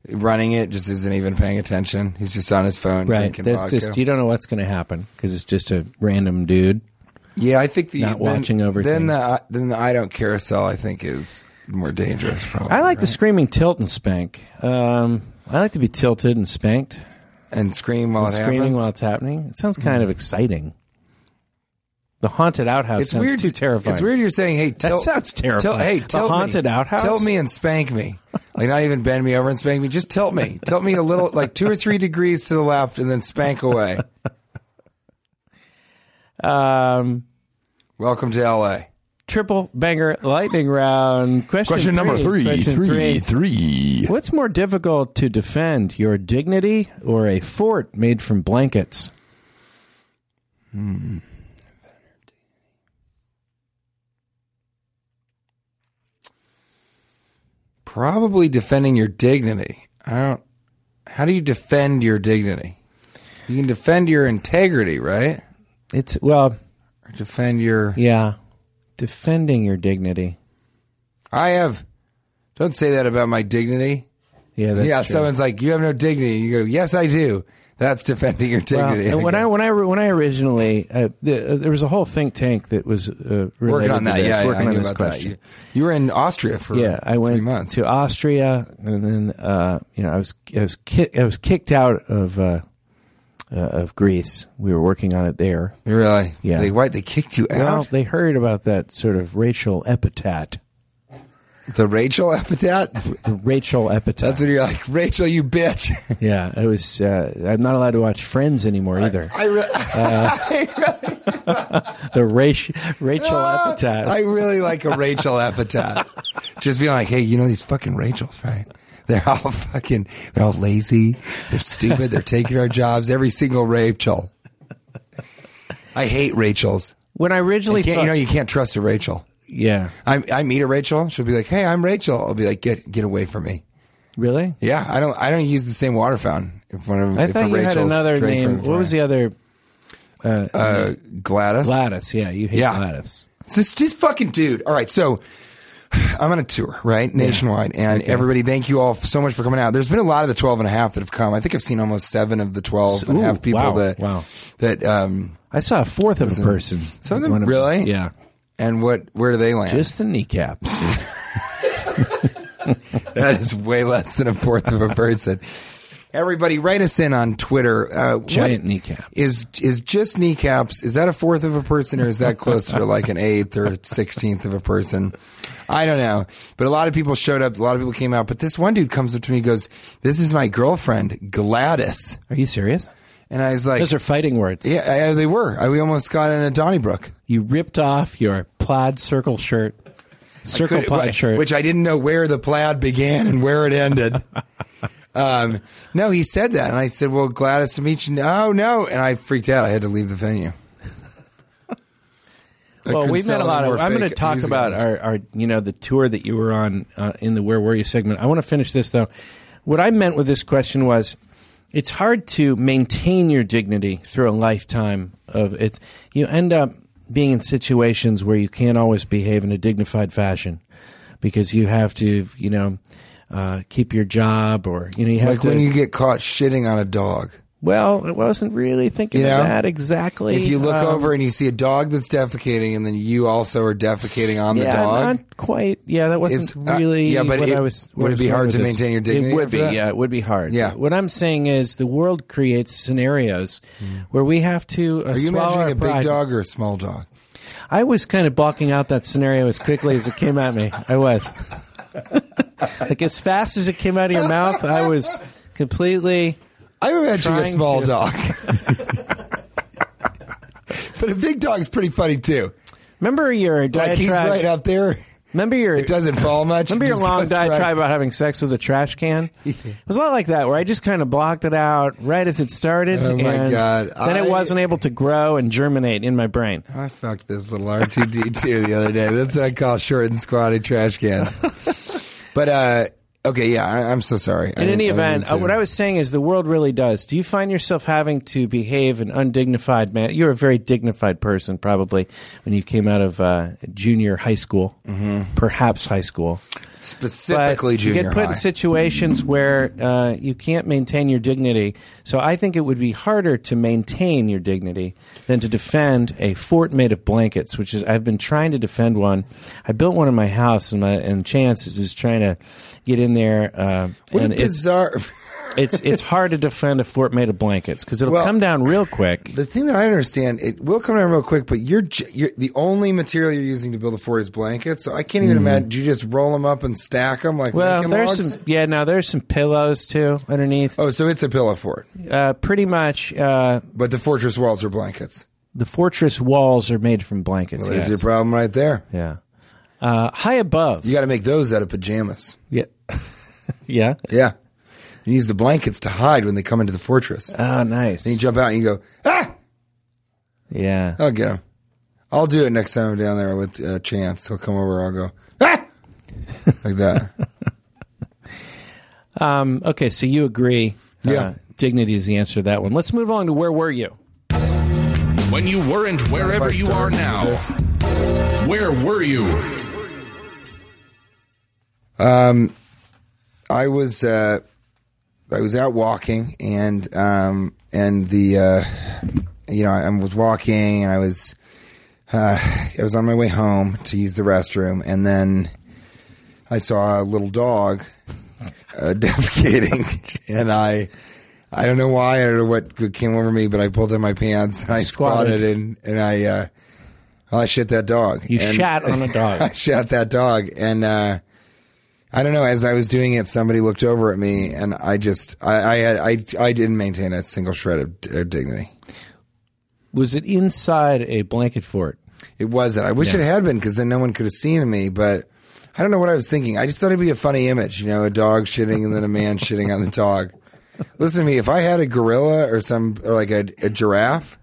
Speaker 4: running it just isn't even paying attention? He's just on his phone
Speaker 3: Right.
Speaker 4: drinking
Speaker 3: That's
Speaker 4: vodka.
Speaker 3: just you don't know what's going to happen because it's just a random dude.
Speaker 4: Yeah, I think the
Speaker 3: Not watching over
Speaker 4: Then
Speaker 3: things.
Speaker 4: the uh, then the I don't carousel I think is more dangerous. Probably
Speaker 3: I like the screaming tilt and spank. Um, I like to be tilted and spanked,
Speaker 4: and scream while
Speaker 3: and
Speaker 4: it
Speaker 3: screaming
Speaker 4: happens.
Speaker 3: while it's happening. It sounds kind of exciting. The haunted outhouse
Speaker 4: it's
Speaker 3: sounds
Speaker 4: weird.
Speaker 3: too terrifying.
Speaker 4: It's weird. You're saying, "Hey, tilt,
Speaker 3: sounds terrifying.
Speaker 4: tilt- hey,
Speaker 3: The
Speaker 4: tilt
Speaker 3: haunted
Speaker 4: me,
Speaker 3: outhouse?
Speaker 4: Tilt me and spank me. Like not even bend me over and spank me. Just tilt me. tilt me a little, like two or three degrees to the left, and then spank away.
Speaker 3: Um,
Speaker 4: Welcome to L.A.
Speaker 3: triple banger lightning round. Question, Question three.
Speaker 4: three.
Speaker 3: What's more difficult to defend, your dignity or a fort made from blankets?
Speaker 4: Probably defending your dignity. I don't. How do you defend your dignity? You can defend your integrity, right?
Speaker 3: It's well,
Speaker 4: Or defend your.
Speaker 3: yeah, defending your dignity.
Speaker 4: I have. Don't say that about my dignity.
Speaker 3: Yeah, that's
Speaker 4: yeah,
Speaker 3: true.
Speaker 4: someone's like, "You have no dignity." You go, "Yes, I do." That's defending your
Speaker 3: Well,
Speaker 4: dignity.
Speaker 3: and when I
Speaker 4: guess.
Speaker 3: when I when I originally uh, the, uh, there was a whole think tank that was uh, related
Speaker 4: working on
Speaker 3: to
Speaker 4: that,
Speaker 3: this,
Speaker 4: yeah,
Speaker 3: working
Speaker 4: I
Speaker 3: on
Speaker 4: knew
Speaker 3: this
Speaker 4: about that.
Speaker 3: question.
Speaker 4: You, you were in Austria for
Speaker 3: yeah, I went
Speaker 4: three months.
Speaker 3: to Austria, and then uh, you know I was I was ki- I was kicked out of uh, uh, of Greece. We were working on it there.
Speaker 4: You really?
Speaker 3: Yeah.
Speaker 4: They why they kicked you
Speaker 3: Well,
Speaker 4: out?
Speaker 3: they heard about that sort of racial epithet.
Speaker 4: the Rachel epithet.
Speaker 3: The racial epithet.
Speaker 4: That's when you're like, Rachel, you bitch.
Speaker 3: Yeah, it was. Uh, I'm not allowed to watch Friends anymore either. Uh,
Speaker 4: I, re- I really,
Speaker 3: the racial Rachel epithet.
Speaker 4: I really like a Rachel epithet. Just being like, hey, you know these fucking Rachels, right? They're all fucking, they're all lazy. They're stupid. They're taking our jobs. Every single Rachel. I hate Rachels.
Speaker 3: when I
Speaker 4: You,
Speaker 3: originally,
Speaker 4: can't, you know,
Speaker 3: thought-
Speaker 4: you can't trust a Rachel.
Speaker 3: yeah,
Speaker 4: I, I meet a Rachel. She'll be like, "Hey, I'm Rachel." I'll be like, "Get get away from me."
Speaker 3: Really?
Speaker 4: Yeah, I don't. I don't use the same water fountain. If one of
Speaker 3: I
Speaker 4: if a
Speaker 3: thought you had
Speaker 4: Rachel's
Speaker 3: another
Speaker 4: drank
Speaker 3: name.
Speaker 4: from-
Speaker 3: What was the other?
Speaker 4: uh, Gladys?
Speaker 3: Gladys. Yeah, you hate
Speaker 4: Yeah.
Speaker 3: Gladys.
Speaker 4: So This this fucking dude. All right, so I'm on a tour, right? Nationwide. And everybody, thank you all so much for coming out. There's been a lot of the 12 and a half that have come. I think I've seen almost seven of the 12 and a
Speaker 3: Ooh,
Speaker 4: half people
Speaker 3: wow,
Speaker 4: that,
Speaker 3: wow.
Speaker 4: that, um,
Speaker 3: I saw a fourth of a person.
Speaker 4: some of them-
Speaker 3: One
Speaker 4: really?
Speaker 3: Yeah.
Speaker 4: and what, where do they land?
Speaker 3: Just the kneecaps.
Speaker 4: that is way less than a fourth of a person. Everybody, write us in on Twitter. Uh, what
Speaker 3: Giant kneecaps.
Speaker 4: Is is just kneecaps? Is that a fourth of a person, or is that closer to like an eighth or sixteenth of a person? I don't know. But a lot of people showed up. A lot of people came out. But this one dude comes up to me, and goes, "This is my girlfriend, Gladys,"
Speaker 3: Are you serious?
Speaker 4: and I was like,
Speaker 3: Those are fighting words.
Speaker 4: "Yeah, I- I- they were. I, we almost got in a Donnybrook."
Speaker 3: You ripped off your plaid circle shirt, circle
Speaker 4: Could-
Speaker 3: plaid
Speaker 4: wh-
Speaker 3: shirt.
Speaker 4: which I didn't know where the plaid began and where it ended. um, no, he said that, and I said, "Well, Gladys to meet you." No, no, and I freaked out. I had to leave the venue. I
Speaker 3: well,
Speaker 4: couldn't
Speaker 3: we've
Speaker 4: sell
Speaker 3: met a
Speaker 4: any
Speaker 3: lot
Speaker 4: more
Speaker 3: of. I'm going to
Speaker 4: fake
Speaker 3: talk
Speaker 4: music
Speaker 3: about
Speaker 4: albums.
Speaker 3: our, our, you know, the tour that you were on uh, in the Where Were You segment. I want to finish this though. What I meant with this question was, it's hard to maintain your dignity through a lifetime of it's. You end up being in situations where you can't always behave in a dignified fashion because you have to, you know, uh, keep your job or you know you have
Speaker 4: like
Speaker 3: to.
Speaker 4: when you get caught shitting on a dog.
Speaker 3: well, I wasn't really thinking
Speaker 4: You know?
Speaker 3: of that exactly.
Speaker 4: If you look
Speaker 3: Um,
Speaker 4: over and you see a dog that's defecating, and then you also are defecating on the
Speaker 3: yeah,
Speaker 4: dog.
Speaker 3: Not quite. Yeah, that wasn't
Speaker 4: It's, uh,
Speaker 3: really.
Speaker 4: yeah, but
Speaker 3: what
Speaker 4: it-
Speaker 3: I was.
Speaker 4: would
Speaker 3: what
Speaker 4: it
Speaker 3: I
Speaker 4: be
Speaker 3: was going
Speaker 4: hard
Speaker 3: with
Speaker 4: to
Speaker 3: this.
Speaker 4: maintain your dignity
Speaker 3: It would
Speaker 4: after
Speaker 3: be.
Speaker 4: that?
Speaker 3: Yeah, it would be hard.
Speaker 4: Yeah.
Speaker 3: What I'm saying is, the world creates scenarios where we have to. Uh,
Speaker 4: Mm. are you
Speaker 3: swallow our
Speaker 4: imagining a big
Speaker 3: pride.
Speaker 4: dog or a small dog?
Speaker 3: I was kind of balking out that scenario as quickly as it came at me. I was. like as fast as it came out of your mouth, I was completely.
Speaker 4: I'm imagining a
Speaker 3: Trying
Speaker 4: small
Speaker 3: to-
Speaker 4: dog. but a big dog's pretty funny too.
Speaker 3: Remember your
Speaker 4: Like he's
Speaker 3: diatribe-
Speaker 4: right out there.
Speaker 3: Remember your
Speaker 4: It doesn't fall much.
Speaker 3: Remember
Speaker 4: It
Speaker 3: your
Speaker 4: just
Speaker 3: long
Speaker 4: goes right-
Speaker 3: diatribe about having sex with a trash can? It was a lot like that, where I just kind of blocked it out right as it started.
Speaker 4: Oh, my
Speaker 3: and
Speaker 4: God.
Speaker 3: Then
Speaker 4: I-
Speaker 3: it wasn't able to grow and germinate in my brain.
Speaker 4: I fucked this little R two D two the other day. That's what I call short and squatty trash cans. but uh, okay, yeah, I, I'm so sorry.
Speaker 3: In any event, uh, what I was saying is the world really does. Do you find yourself having to behave an undignified man? You're a very dignified person, probably, when you came out of uh, junior high school,
Speaker 4: Mm-hmm.
Speaker 3: perhaps high school.
Speaker 4: specifically
Speaker 3: but you
Speaker 4: junior
Speaker 3: get put
Speaker 4: high.
Speaker 3: in situations where uh, you can't maintain your dignity. So I think it would be harder to maintain your dignity than to defend a fort made of blankets, which is I've been trying to defend one. I built one in my house, and my and Chance is just trying to get in there. Uh,
Speaker 4: what a
Speaker 3: and it's,
Speaker 4: bizarre.
Speaker 3: it's it's hard to defend a fort made of blankets because it'll
Speaker 4: Well-
Speaker 3: come down real quick.
Speaker 4: the thing that I understand, it will come down real quick, but you're, j- you're the only material you're using to build a fort is blankets. So I can't even imagine. Do you just roll them up and stack them like
Speaker 3: Hmm. Well,
Speaker 4: Lincoln
Speaker 3: there's
Speaker 4: logs?
Speaker 3: some yeah. Now there's some pillows too underneath.
Speaker 4: Oh, so it's a pillow fort,
Speaker 3: Uh, pretty much, uh,
Speaker 4: but the fortress walls are blankets.
Speaker 3: the fortress walls are made from blankets.
Speaker 4: Well, there's
Speaker 3: yes.
Speaker 4: your problem right there.
Speaker 3: Yeah. Uh, high above.
Speaker 4: You got to make those out of pajamas.
Speaker 3: Yeah. yeah.
Speaker 4: Yeah. You use the blankets to hide when they come into the fortress.
Speaker 3: Oh, nice.
Speaker 4: You jump out and you go, ah,
Speaker 3: yeah.
Speaker 4: I'll get him. I'll do it next time I'm down there with uh, Chance. He'll come over. I'll go, ah, like that.
Speaker 3: Um, okay, so you agree. Uh,
Speaker 4: Yeah.
Speaker 3: dignity is the answer to that one. Let's move on to where were you?
Speaker 6: When you weren't
Speaker 4: If I
Speaker 6: wherever you
Speaker 4: start
Speaker 6: are
Speaker 4: with
Speaker 6: now,
Speaker 4: this.
Speaker 6: where were you?
Speaker 4: I was uh, I was out walking and um, and the uh, you know I was walking and I was uh, I was on my way home to use the restroom and then I saw a little dog uh, defecating and I I don't know why I don't know what came over me but I pulled down my pants and I squatted,
Speaker 3: Squatted.
Speaker 4: and and I uh, I shit that dog
Speaker 3: You
Speaker 4: And-
Speaker 3: shat on a dog.
Speaker 4: I shot that dog, and uh, I don't know. As I was doing it, somebody looked over at me, and I just, I, I had, I, I didn't maintain a single shred of d- uh, dignity.
Speaker 3: Was it inside a blanket fort?
Speaker 4: It wasn't. I wish it had been, because then no one could have seen me. But I don't know what I was thinking. I just thought it'd be a funny image, you know, a dog shitting and then a man shitting on the dog. Listen to me. If I had a gorilla or some, or like a, a giraffe,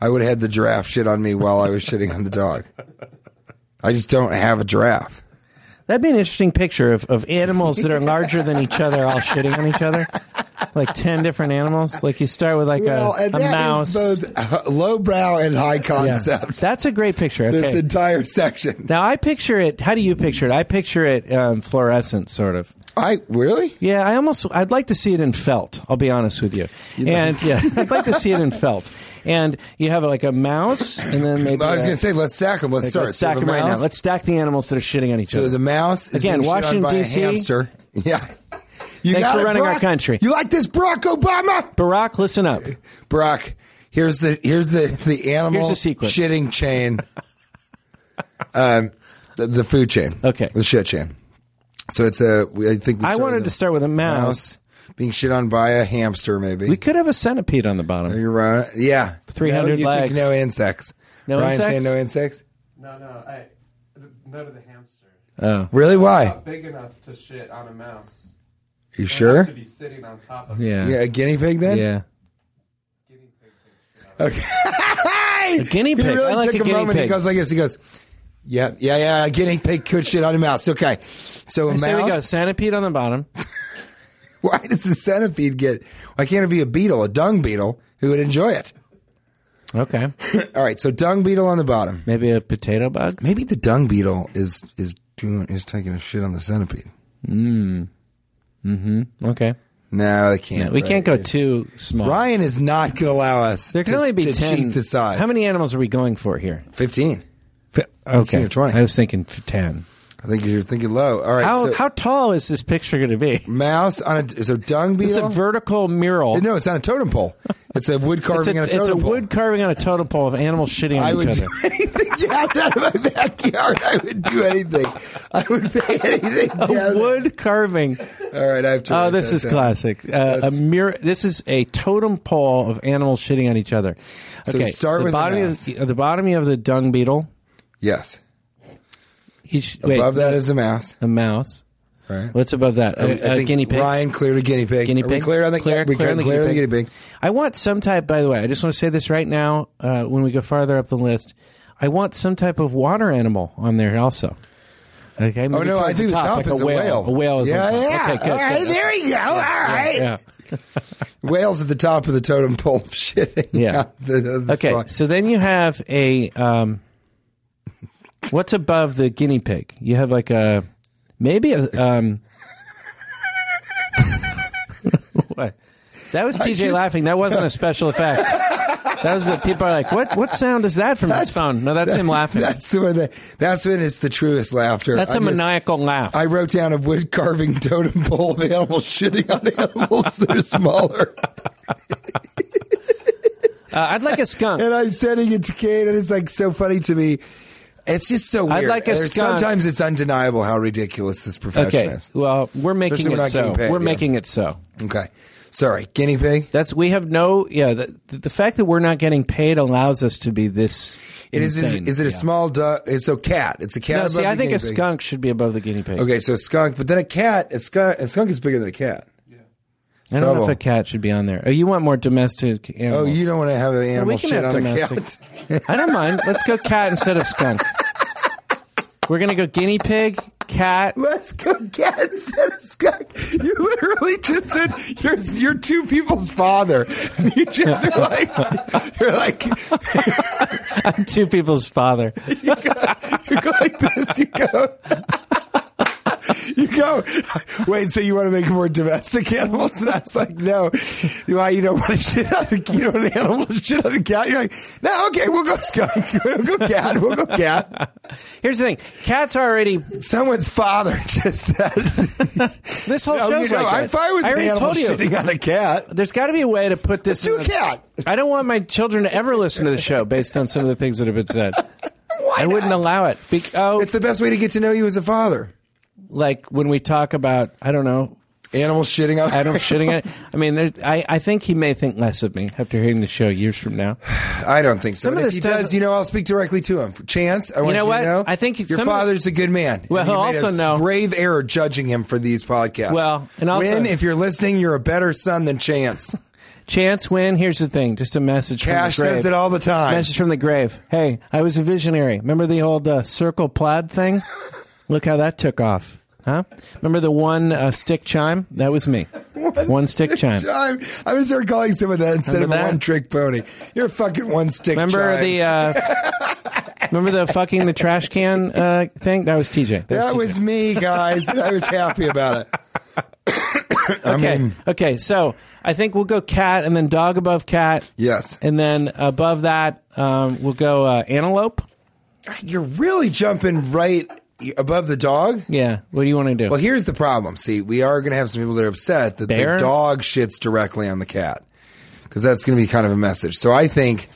Speaker 4: I would have had the giraffe shit on me while I was shitting on the dog. I just don't have a giraffe.
Speaker 3: That'd be an interesting picture of, of animals that are larger than each other, all shitting on each other. Like ten different animals. Like you start with like
Speaker 4: Well,
Speaker 3: a,
Speaker 4: and
Speaker 3: a
Speaker 4: that is
Speaker 3: mouse.
Speaker 4: both uh, lowbrow and high
Speaker 3: Yeah.
Speaker 4: concept.
Speaker 3: That's a great picture. Okay.
Speaker 4: This entire section.
Speaker 3: now I picture it. How do you picture it? I picture it um, fluorescent, sort of.
Speaker 4: I really.
Speaker 3: Yeah, I almost I'd like to see it in felt. I'll be honest with you, and yeah, I'd like to see it in felt. And you have like a mouse, and then maybe
Speaker 4: I was
Speaker 3: a-
Speaker 4: going to say, let's stack them. Let's
Speaker 3: like,
Speaker 4: start.
Speaker 3: let's
Speaker 4: So
Speaker 3: stack
Speaker 4: the
Speaker 3: them right now.
Speaker 4: mouse-
Speaker 3: Let's stack the animals that are shitting on each
Speaker 4: So
Speaker 3: other.
Speaker 4: the mouse is
Speaker 3: Again,
Speaker 4: being shit on
Speaker 3: Washington,
Speaker 4: by a
Speaker 3: D.C..
Speaker 4: hamster. Yeah. You
Speaker 3: Thanks
Speaker 4: got
Speaker 3: for
Speaker 4: it,
Speaker 3: running our
Speaker 4: Barack?
Speaker 3: country.
Speaker 4: You like this, Barack Obama?
Speaker 3: Barack, listen up.
Speaker 4: Barack, here's the here's the the animal
Speaker 3: Here's the sequence.
Speaker 4: shitting chain. um, the, the food chain.
Speaker 3: Okay.
Speaker 4: the shit chain. So it's a. we- I think we
Speaker 3: I
Speaker 4: started
Speaker 3: wanted
Speaker 4: the
Speaker 3: to start with a mouse.
Speaker 4: mouse being shit on by a hamster. Maybe
Speaker 3: We could have a centipede on the bottom.
Speaker 4: you're right. Yeah,
Speaker 3: 300
Speaker 4: no, you
Speaker 3: legs.
Speaker 4: Think no insects.
Speaker 3: No
Speaker 4: Ryan
Speaker 3: insects?
Speaker 4: saying no insects.
Speaker 5: No, no, I none of the hamster.
Speaker 3: Oh,
Speaker 4: Really? Why?
Speaker 5: Not big enough to shit on a mouse.
Speaker 4: You
Speaker 5: It
Speaker 4: sure?
Speaker 5: has to be sitting on top of it.
Speaker 3: yeah,
Speaker 4: Yeah, a guinea pig then.
Speaker 3: yeah.
Speaker 5: Guinea pig can shit on
Speaker 3: A guinea
Speaker 4: He
Speaker 3: pig.
Speaker 4: really
Speaker 3: I like
Speaker 4: took
Speaker 3: a
Speaker 4: a,
Speaker 3: guinea
Speaker 4: moment.
Speaker 3: pig.
Speaker 4: He goes like this. He goes, "Yeah, yeah, yeah." A guinea pig could shit on a mouse. Okay, so a
Speaker 3: so we got a
Speaker 4: mouse.
Speaker 3: centipede on the bottom.
Speaker 4: Why does the centipede get? Why can't it be a beetle, a dung beetle, who would enjoy it?
Speaker 3: Okay,
Speaker 4: All right, so dung beetle on the bottom.
Speaker 3: maybe a potato bug.
Speaker 4: Maybe the dung beetle is is doing is taking a shit on the centipede.
Speaker 3: Okay,
Speaker 4: No, they can't.
Speaker 3: we
Speaker 4: right?
Speaker 3: can't go too small.
Speaker 4: Ryan is not going to allow us.
Speaker 3: There can
Speaker 4: to,
Speaker 3: only be
Speaker 4: to
Speaker 3: ten.
Speaker 4: cheat the size.
Speaker 3: How many animals are we going for here?
Speaker 4: Fifteen.
Speaker 3: Okay,
Speaker 4: or 20.
Speaker 3: I was thinking f- ten.
Speaker 4: I think you're thinking low. All right.
Speaker 3: How
Speaker 4: so
Speaker 3: how tall is this picture going to be?
Speaker 4: mouse on a so dung
Speaker 3: It's
Speaker 4: beetle?
Speaker 3: a vertical mural.
Speaker 4: no, it's on a totem pole. It's a wood
Speaker 3: it's
Speaker 4: carving
Speaker 3: a,
Speaker 4: on a totem
Speaker 3: it's a
Speaker 4: pole.
Speaker 3: wood carving on a totem pole of animals shitting on
Speaker 4: I
Speaker 3: each
Speaker 4: would
Speaker 3: other.
Speaker 4: do anything to have that in my backyard. I would do anything. I would pay anything. to have
Speaker 3: A
Speaker 4: that.
Speaker 3: wood carving.
Speaker 4: All right, I have to.
Speaker 3: Oh,
Speaker 4: write
Speaker 3: this
Speaker 4: that
Speaker 3: is
Speaker 4: down.
Speaker 3: classic. Uh, a mirror. This is a totem pole of animals shitting on each other.
Speaker 4: So
Speaker 3: Okay,
Speaker 4: start
Speaker 3: the
Speaker 4: with a
Speaker 3: bottom.
Speaker 4: mouse.
Speaker 3: Of, the bottom you have the dung beetle.
Speaker 4: Yes,
Speaker 3: Each,
Speaker 4: above
Speaker 3: wait,
Speaker 4: that is a mouse.
Speaker 3: a mouse.
Speaker 4: Right.
Speaker 3: What's above that?
Speaker 4: I
Speaker 3: A, a
Speaker 4: think
Speaker 3: uh, guinea pig.
Speaker 4: Ryan cleared a guinea pig.
Speaker 3: Guinea
Speaker 4: Are
Speaker 3: pig.
Speaker 4: We clear on the,
Speaker 3: Clear- clear
Speaker 4: we clear,
Speaker 3: on the
Speaker 4: clear on the
Speaker 3: guinea
Speaker 4: guinea
Speaker 3: pig.
Speaker 4: pig.
Speaker 3: I want some type. By the way, I just want to say this right now. Uh, when we go farther up the list, I want some type of water animal on there also. Okay.
Speaker 4: Oh
Speaker 3: maybe
Speaker 4: no,
Speaker 3: towards
Speaker 4: I think the top,
Speaker 3: like
Speaker 4: is
Speaker 3: a whale. A whale is
Speaker 4: yeah,
Speaker 3: on top.
Speaker 4: yeah.
Speaker 3: Okay, good,
Speaker 4: All right,
Speaker 3: good.
Speaker 4: there we go. All right,
Speaker 3: Yeah.
Speaker 4: whales at the top of the totem pole. Shit.
Speaker 3: Yeah.
Speaker 4: the, the- the
Speaker 3: Okay.
Speaker 4: spot.
Speaker 3: So then you have a um, what's above the guinea pig? You have like a maybe a um. what? That was TJ laughing. That wasn't a special effect. That was the people are like, what? What sound is that from his phone? No, that's him laughing. That's,
Speaker 4: That's the one that, That's when it's the truest laughter.
Speaker 3: a
Speaker 4: I just-
Speaker 3: maniacal laugh.
Speaker 4: I wrote down a wood carving totem pole of animals shitting on animals that are smaller.
Speaker 3: uh, I'd like a skunk.
Speaker 4: And I'm sending it to Kate, and it's like so funny to me. It's just so weird.
Speaker 3: I'd like a
Speaker 4: There's-
Speaker 3: skunk.
Speaker 4: Sometimes it's undeniable how ridiculous this profession
Speaker 3: Okay.
Speaker 4: is.
Speaker 3: Well, we're making
Speaker 4: Especially when
Speaker 3: it
Speaker 4: not
Speaker 3: so.
Speaker 4: getting paid,
Speaker 3: we're
Speaker 4: yeah.
Speaker 3: making it so.
Speaker 4: Okay. Sorry. Guinea pig?
Speaker 3: That's we have no. Yeah. The, the fact that we're not getting paid allows us to be this.
Speaker 4: It is, is,
Speaker 3: insane.
Speaker 4: it a
Speaker 3: Yeah.
Speaker 4: small duck? It's a cat. It's a cat.
Speaker 3: No,
Speaker 4: above
Speaker 3: see,
Speaker 4: the
Speaker 3: I think
Speaker 4: guinea
Speaker 3: a
Speaker 4: pig.
Speaker 3: skunk should be above the guinea pig.
Speaker 4: Okay, so a skunk, but then a cat. A skunk, a skunk is bigger than a cat.
Speaker 3: I don't know if
Speaker 4: trouble.
Speaker 3: a cat should be on there. Oh, you want more domestic
Speaker 4: Oh,
Speaker 3: animals?
Speaker 4: you don't want to have an
Speaker 3: Well,
Speaker 4: animal
Speaker 3: we can
Speaker 4: shit
Speaker 3: have
Speaker 4: on a cat.
Speaker 3: domestic. I don't mind. Let's go cat instead of skunk. We're gonna go guinea pig, cat.
Speaker 4: Let's go cat said a skunk. You literally just said you're you're two people's father. You just are like you're like
Speaker 3: I'm two people's father.
Speaker 4: you go like this. You go. You go. Wait. So you want to make more domestic animals? And I was like, no. Why you don't want to shit on a you don't want an animal to shit on a cat? You're like, no. Okay, we'll go skunk. We'll go cat. We'll go cat.
Speaker 3: Here's the thing: cats are already.
Speaker 4: Someone's father just said.
Speaker 3: This whole
Speaker 4: No,
Speaker 3: show's
Speaker 4: you know,
Speaker 3: like
Speaker 4: I'm
Speaker 3: that.
Speaker 4: fine with
Speaker 3: I
Speaker 4: an
Speaker 3: already
Speaker 4: animal
Speaker 3: told you.
Speaker 4: shitting on a cat.
Speaker 3: There's got to be a way to put this.
Speaker 4: Let's
Speaker 3: in
Speaker 4: do
Speaker 3: the-
Speaker 4: a cat.
Speaker 3: I don't want my children to ever listen to the show based on some of the things that have been said. I wouldn't allow it. Be- oh,
Speaker 4: It's the best way to get to know you as a father.
Speaker 3: like when we talk about I don't know
Speaker 4: Animals shitting on
Speaker 3: Adam shitting it. I mean, there, I, I think he may think less of me after hearing the show years from now.
Speaker 4: I don't think so.
Speaker 3: Some
Speaker 4: And
Speaker 3: of
Speaker 4: if
Speaker 3: this
Speaker 4: he
Speaker 3: stuff-
Speaker 4: does, you know, I'll speak directly to him. Chance, I want
Speaker 3: know
Speaker 4: you
Speaker 3: what?
Speaker 4: to know.
Speaker 3: I think
Speaker 4: your
Speaker 3: some of the-
Speaker 4: father's a good man.
Speaker 3: Well,
Speaker 4: And you
Speaker 3: he'll
Speaker 4: made a
Speaker 3: also know-
Speaker 4: grave error judging him for these podcasts.
Speaker 3: Well, and also-
Speaker 4: Win, if you're listening, you're a better son than Chance.
Speaker 3: Chance win. Here's the thing. Just a message.
Speaker 4: Cash
Speaker 3: from the grave.
Speaker 4: says it all the time.
Speaker 3: Message from the grave. Hey, I was a visionary. Remember the old uh, circle plaid thing? Look how that took off. Huh? Remember the one uh, stick chime? That was me. one, stick, chime.
Speaker 4: I'm going to start calling someone that instead
Speaker 3: Remember
Speaker 4: of a
Speaker 3: that?
Speaker 4: one trick pony. You're a fucking one stick
Speaker 3: Remember
Speaker 4: chime.
Speaker 3: the uh, remember the fucking the trash can uh, thing? That was TJ.
Speaker 4: that
Speaker 3: TJ.
Speaker 4: was me, guys. and I was happy about it.
Speaker 3: okay. okay, so I think we'll go cat and then dog above cat.
Speaker 4: Yes.
Speaker 3: And then above that, um, we'll go uh, antelope.
Speaker 4: You're really jumping right above the dog.
Speaker 3: Yeah. What do you want to do?
Speaker 4: Well, here's the problem. See, we are going to have some people that are upset that
Speaker 3: Bear?
Speaker 4: the dog shits directly on the cat because that's going to be kind of a message. So I think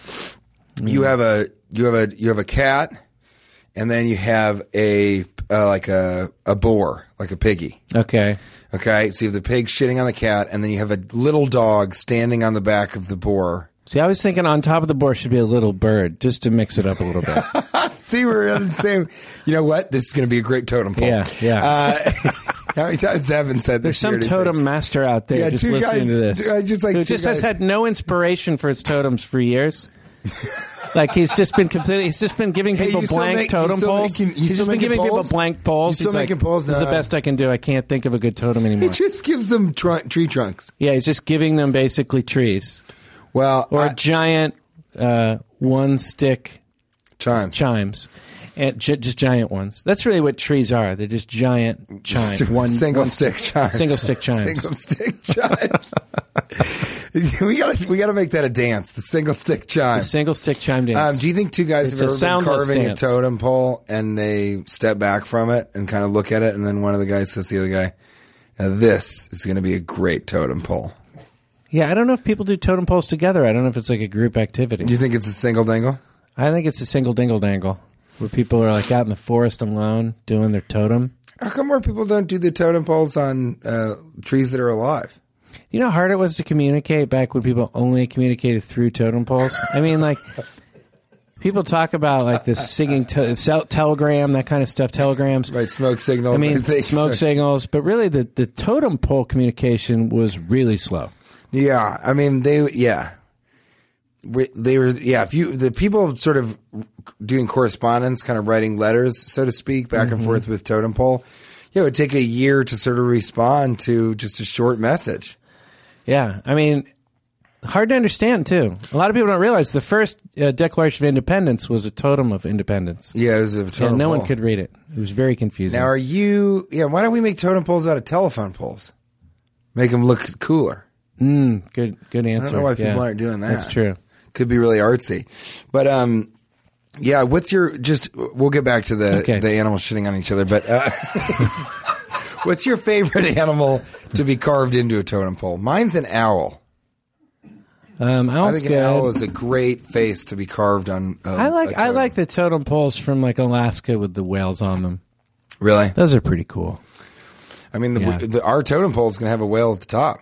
Speaker 4: you have a you have a you have a cat, and then you have a uh, like a a boar, like a piggy.
Speaker 3: okay.
Speaker 4: Okay, so you have the pig shitting on the cat, and then you have a little dog standing on the back of the boar.
Speaker 3: See, I was thinking on top of the board should be a little bird just to mix it up a little bit.
Speaker 4: See, we're on the same. You know what? This is going to be a great totem pole.
Speaker 3: Yeah, yeah.
Speaker 4: Uh, how many times haven't said
Speaker 3: There's
Speaker 4: this?
Speaker 3: some
Speaker 4: year, do you think?
Speaker 3: totem master out there
Speaker 4: Yeah,
Speaker 3: just
Speaker 4: two
Speaker 3: listening
Speaker 4: guys-
Speaker 3: to this.
Speaker 4: I just like
Speaker 3: who
Speaker 4: two
Speaker 3: just has
Speaker 4: guys.
Speaker 3: had no inspiration for his totems for years. like he's just been completely. He's just been giving
Speaker 4: Hey,
Speaker 3: people
Speaker 4: you still
Speaker 3: blank
Speaker 4: make- you
Speaker 3: totem
Speaker 4: still
Speaker 3: poles.
Speaker 4: making- you
Speaker 3: he's
Speaker 4: still
Speaker 3: just been
Speaker 4: making
Speaker 3: giving
Speaker 4: polls?
Speaker 3: people blank
Speaker 4: You
Speaker 3: poles.
Speaker 4: still
Speaker 3: he's like,
Speaker 4: making polls?
Speaker 3: This is the
Speaker 4: No.
Speaker 3: best I can do. I can't think of a good totem
Speaker 4: He
Speaker 3: anymore.
Speaker 4: just gives them tr- tree trunks.
Speaker 3: yeah, he's just giving them basically trees
Speaker 4: Well,
Speaker 3: or
Speaker 4: I-
Speaker 3: giant uh, one stick
Speaker 4: chimes.
Speaker 3: chimes. And gi- just giant ones. That's really what trees are. They're just giant chimes. One
Speaker 4: single
Speaker 3: one-
Speaker 4: stick chimes.
Speaker 3: Single stick chimes.
Speaker 4: Single stick chimes. we got we got to make that a dance. The single stick chime.
Speaker 3: Single stick chime dance.
Speaker 4: Um, do you think two guys
Speaker 3: It's
Speaker 4: have
Speaker 3: a
Speaker 4: ever been
Speaker 3: soundless
Speaker 4: carving
Speaker 3: dance.
Speaker 4: a totem pole and they step back from it and kind of look at it, and then one of the guys says to the other guy, now "This is going to be a great totem pole."
Speaker 3: Yeah, I don't know if people do totem poles together. I don't know if it's like a group activity.
Speaker 4: Do you think it's a single dangle?
Speaker 3: I think it's a single dingle dangle where people are like out in the forest alone doing their totem.
Speaker 4: How come more people don't do the totem poles on uh, trees that are alive?
Speaker 3: You know how hard it was to communicate back when people only communicated through totem poles? I mean, like, people talk about like this singing to- sel- telegram, that kind of stuff, telegrams.
Speaker 4: Right, smoke signals.
Speaker 3: I mean,
Speaker 4: think.
Speaker 3: smoke signals, but really the, the totem pole communication was really slow.
Speaker 4: Yeah, I mean they. Yeah, we, they were. Yeah, if you the people sort of doing correspondence, kind of writing letters, so to speak, back
Speaker 3: Mm-hmm.
Speaker 4: and forth with totem pole. Yeah, it would take a year to sort of respond to just a short message.
Speaker 3: Yeah, I mean, hard to understand too. A lot of people don't realize the first uh, Declaration of Independence was a totem of independence,
Speaker 4: Yeah, it was a totem.
Speaker 3: and no one
Speaker 4: pole.
Speaker 3: could read it. It was very confusing.
Speaker 4: Now, are you? Yeah, why don't we make totem poles out of telephone poles? Make them look cooler.
Speaker 3: good, good answer.
Speaker 4: why people
Speaker 3: Yeah.
Speaker 4: aren't doing that.
Speaker 3: That's true.
Speaker 4: Could be really artsy, but um. Yeah, what's your just? We'll get back to the
Speaker 3: Okay.
Speaker 4: the animals shitting on each other, but uh, what's your favorite animal to be carved into a totem pole? Mine's an owl.
Speaker 3: Um,
Speaker 4: I
Speaker 3: owl's
Speaker 4: think
Speaker 3: good.
Speaker 4: an owl is a great face to be carved on. a-
Speaker 3: I
Speaker 4: a
Speaker 3: like I
Speaker 4: totem.
Speaker 3: like the totem poles from like Alaska with the whales on them.
Speaker 4: really.
Speaker 3: Those are pretty cool.
Speaker 4: I mean, the,
Speaker 3: Yeah.
Speaker 4: the, our totem pole is going to have a whale at the top.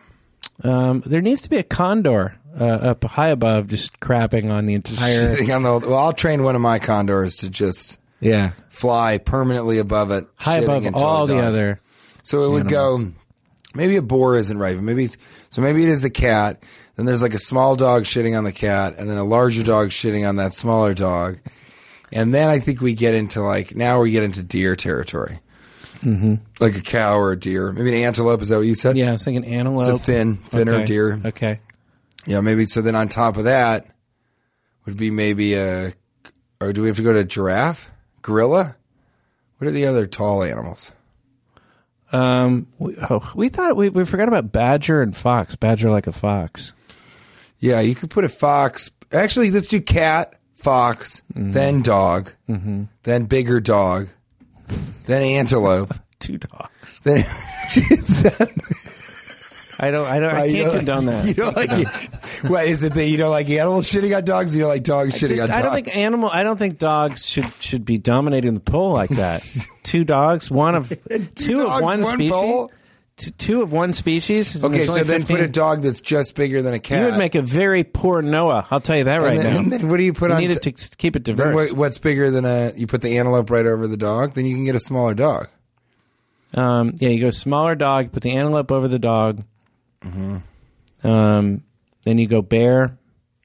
Speaker 3: Um, there needs to be a condor uh, up high above, just crapping on the entire.
Speaker 4: Shitting on the well, I'll train one of my condors to just
Speaker 3: yeah,
Speaker 4: fly permanently above it,
Speaker 3: high
Speaker 4: shitting
Speaker 3: above
Speaker 4: until it
Speaker 3: all the
Speaker 4: dies.
Speaker 3: other.
Speaker 4: So it would go. Maybe a boar isn't right, but maybe it's- so. Maybe it is a cat. Then there's like a small dog shitting on the cat, and then a larger dog shitting on that smaller dog, and then I think we get into like now we get into deer territory, mm-hmm. like a cow or a deer, maybe an antelope. Is that what you said?
Speaker 3: Yeah, I was thinking antelope.
Speaker 4: So thin, thinner
Speaker 3: Okay.
Speaker 4: deer.
Speaker 3: Okay.
Speaker 4: Yeah, maybe. So then on top of that would be maybe a. Or do we have to go to giraffe, gorilla? What are the other tall animals?
Speaker 3: Um, we, oh, we thought we, we forgot about badger and fox. Badger like a fox.
Speaker 4: Yeah, you could put a fox. Actually, let's do cat, fox,
Speaker 3: Mm-hmm.
Speaker 4: then dog, then bigger dog, then antelope,
Speaker 3: Two dogs.
Speaker 4: then.
Speaker 3: I don't. I don't. I
Speaker 4: You
Speaker 3: can't
Speaker 4: don't-
Speaker 3: condone that.
Speaker 4: You don't like What is it that you don't like animals shitting on dogs? You don't like dogs shitting
Speaker 3: Just-
Speaker 4: on dogs?
Speaker 3: I don't think animal. I don't think dogs should should be dominating the poll like that. two dogs, one of two, of
Speaker 4: dogs,
Speaker 3: one,
Speaker 4: one
Speaker 3: species.
Speaker 4: poll?
Speaker 3: T- two of one species. and
Speaker 4: Okay,
Speaker 3: there's
Speaker 4: so
Speaker 3: only
Speaker 4: then
Speaker 3: 15.
Speaker 4: put a dog that's just bigger than a cat.
Speaker 3: You would make a very poor Noah. I'll tell you that right
Speaker 4: and then,
Speaker 3: now.
Speaker 4: and then what do you put
Speaker 3: you
Speaker 4: on?
Speaker 3: needed
Speaker 4: t-
Speaker 3: to s- keep it
Speaker 4: then
Speaker 3: diverse.
Speaker 4: what, what's bigger than a? You put the antelope right over the dog, then you can get a smaller dog.
Speaker 3: um, yeah, you go smaller dog. Put the antelope over the dog.
Speaker 4: Mm-hmm.
Speaker 3: Um, then you go bear.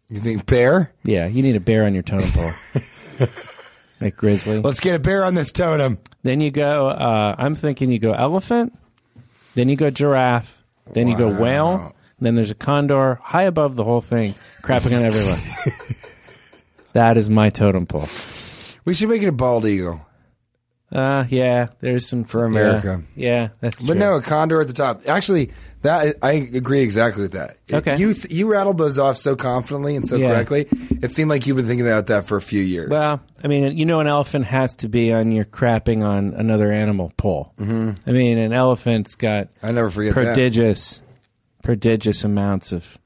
Speaker 4: You think bear?
Speaker 3: Yeah, you need a bear on your totem pole. Like grizzly.
Speaker 4: Let's get a bear on this totem.
Speaker 3: Then you go. Uh, I'm thinking you go elephant. Then you go giraffe. Then you go whale. Then there's a condor high above the whole thing, crapping on everyone. that is my totem pole.
Speaker 4: We should make it a bald eagle.
Speaker 3: Uh, yeah. There's some
Speaker 4: For America.
Speaker 3: Yeah, yeah, that's
Speaker 4: But
Speaker 3: true.
Speaker 4: no, a condor at the top. Actually, that I agree exactly with that.
Speaker 3: Okay.
Speaker 4: you you rattled those off so confidently and so
Speaker 3: Yeah.
Speaker 4: correctly. It seemed like you've been thinking about that for a few years.
Speaker 3: Well, I mean, you know, an elephant has to be on your crapping on another animal pole. Mm-hmm. I mean, an elephant's got
Speaker 4: I never forget that.
Speaker 3: prodigious, prodigious amounts of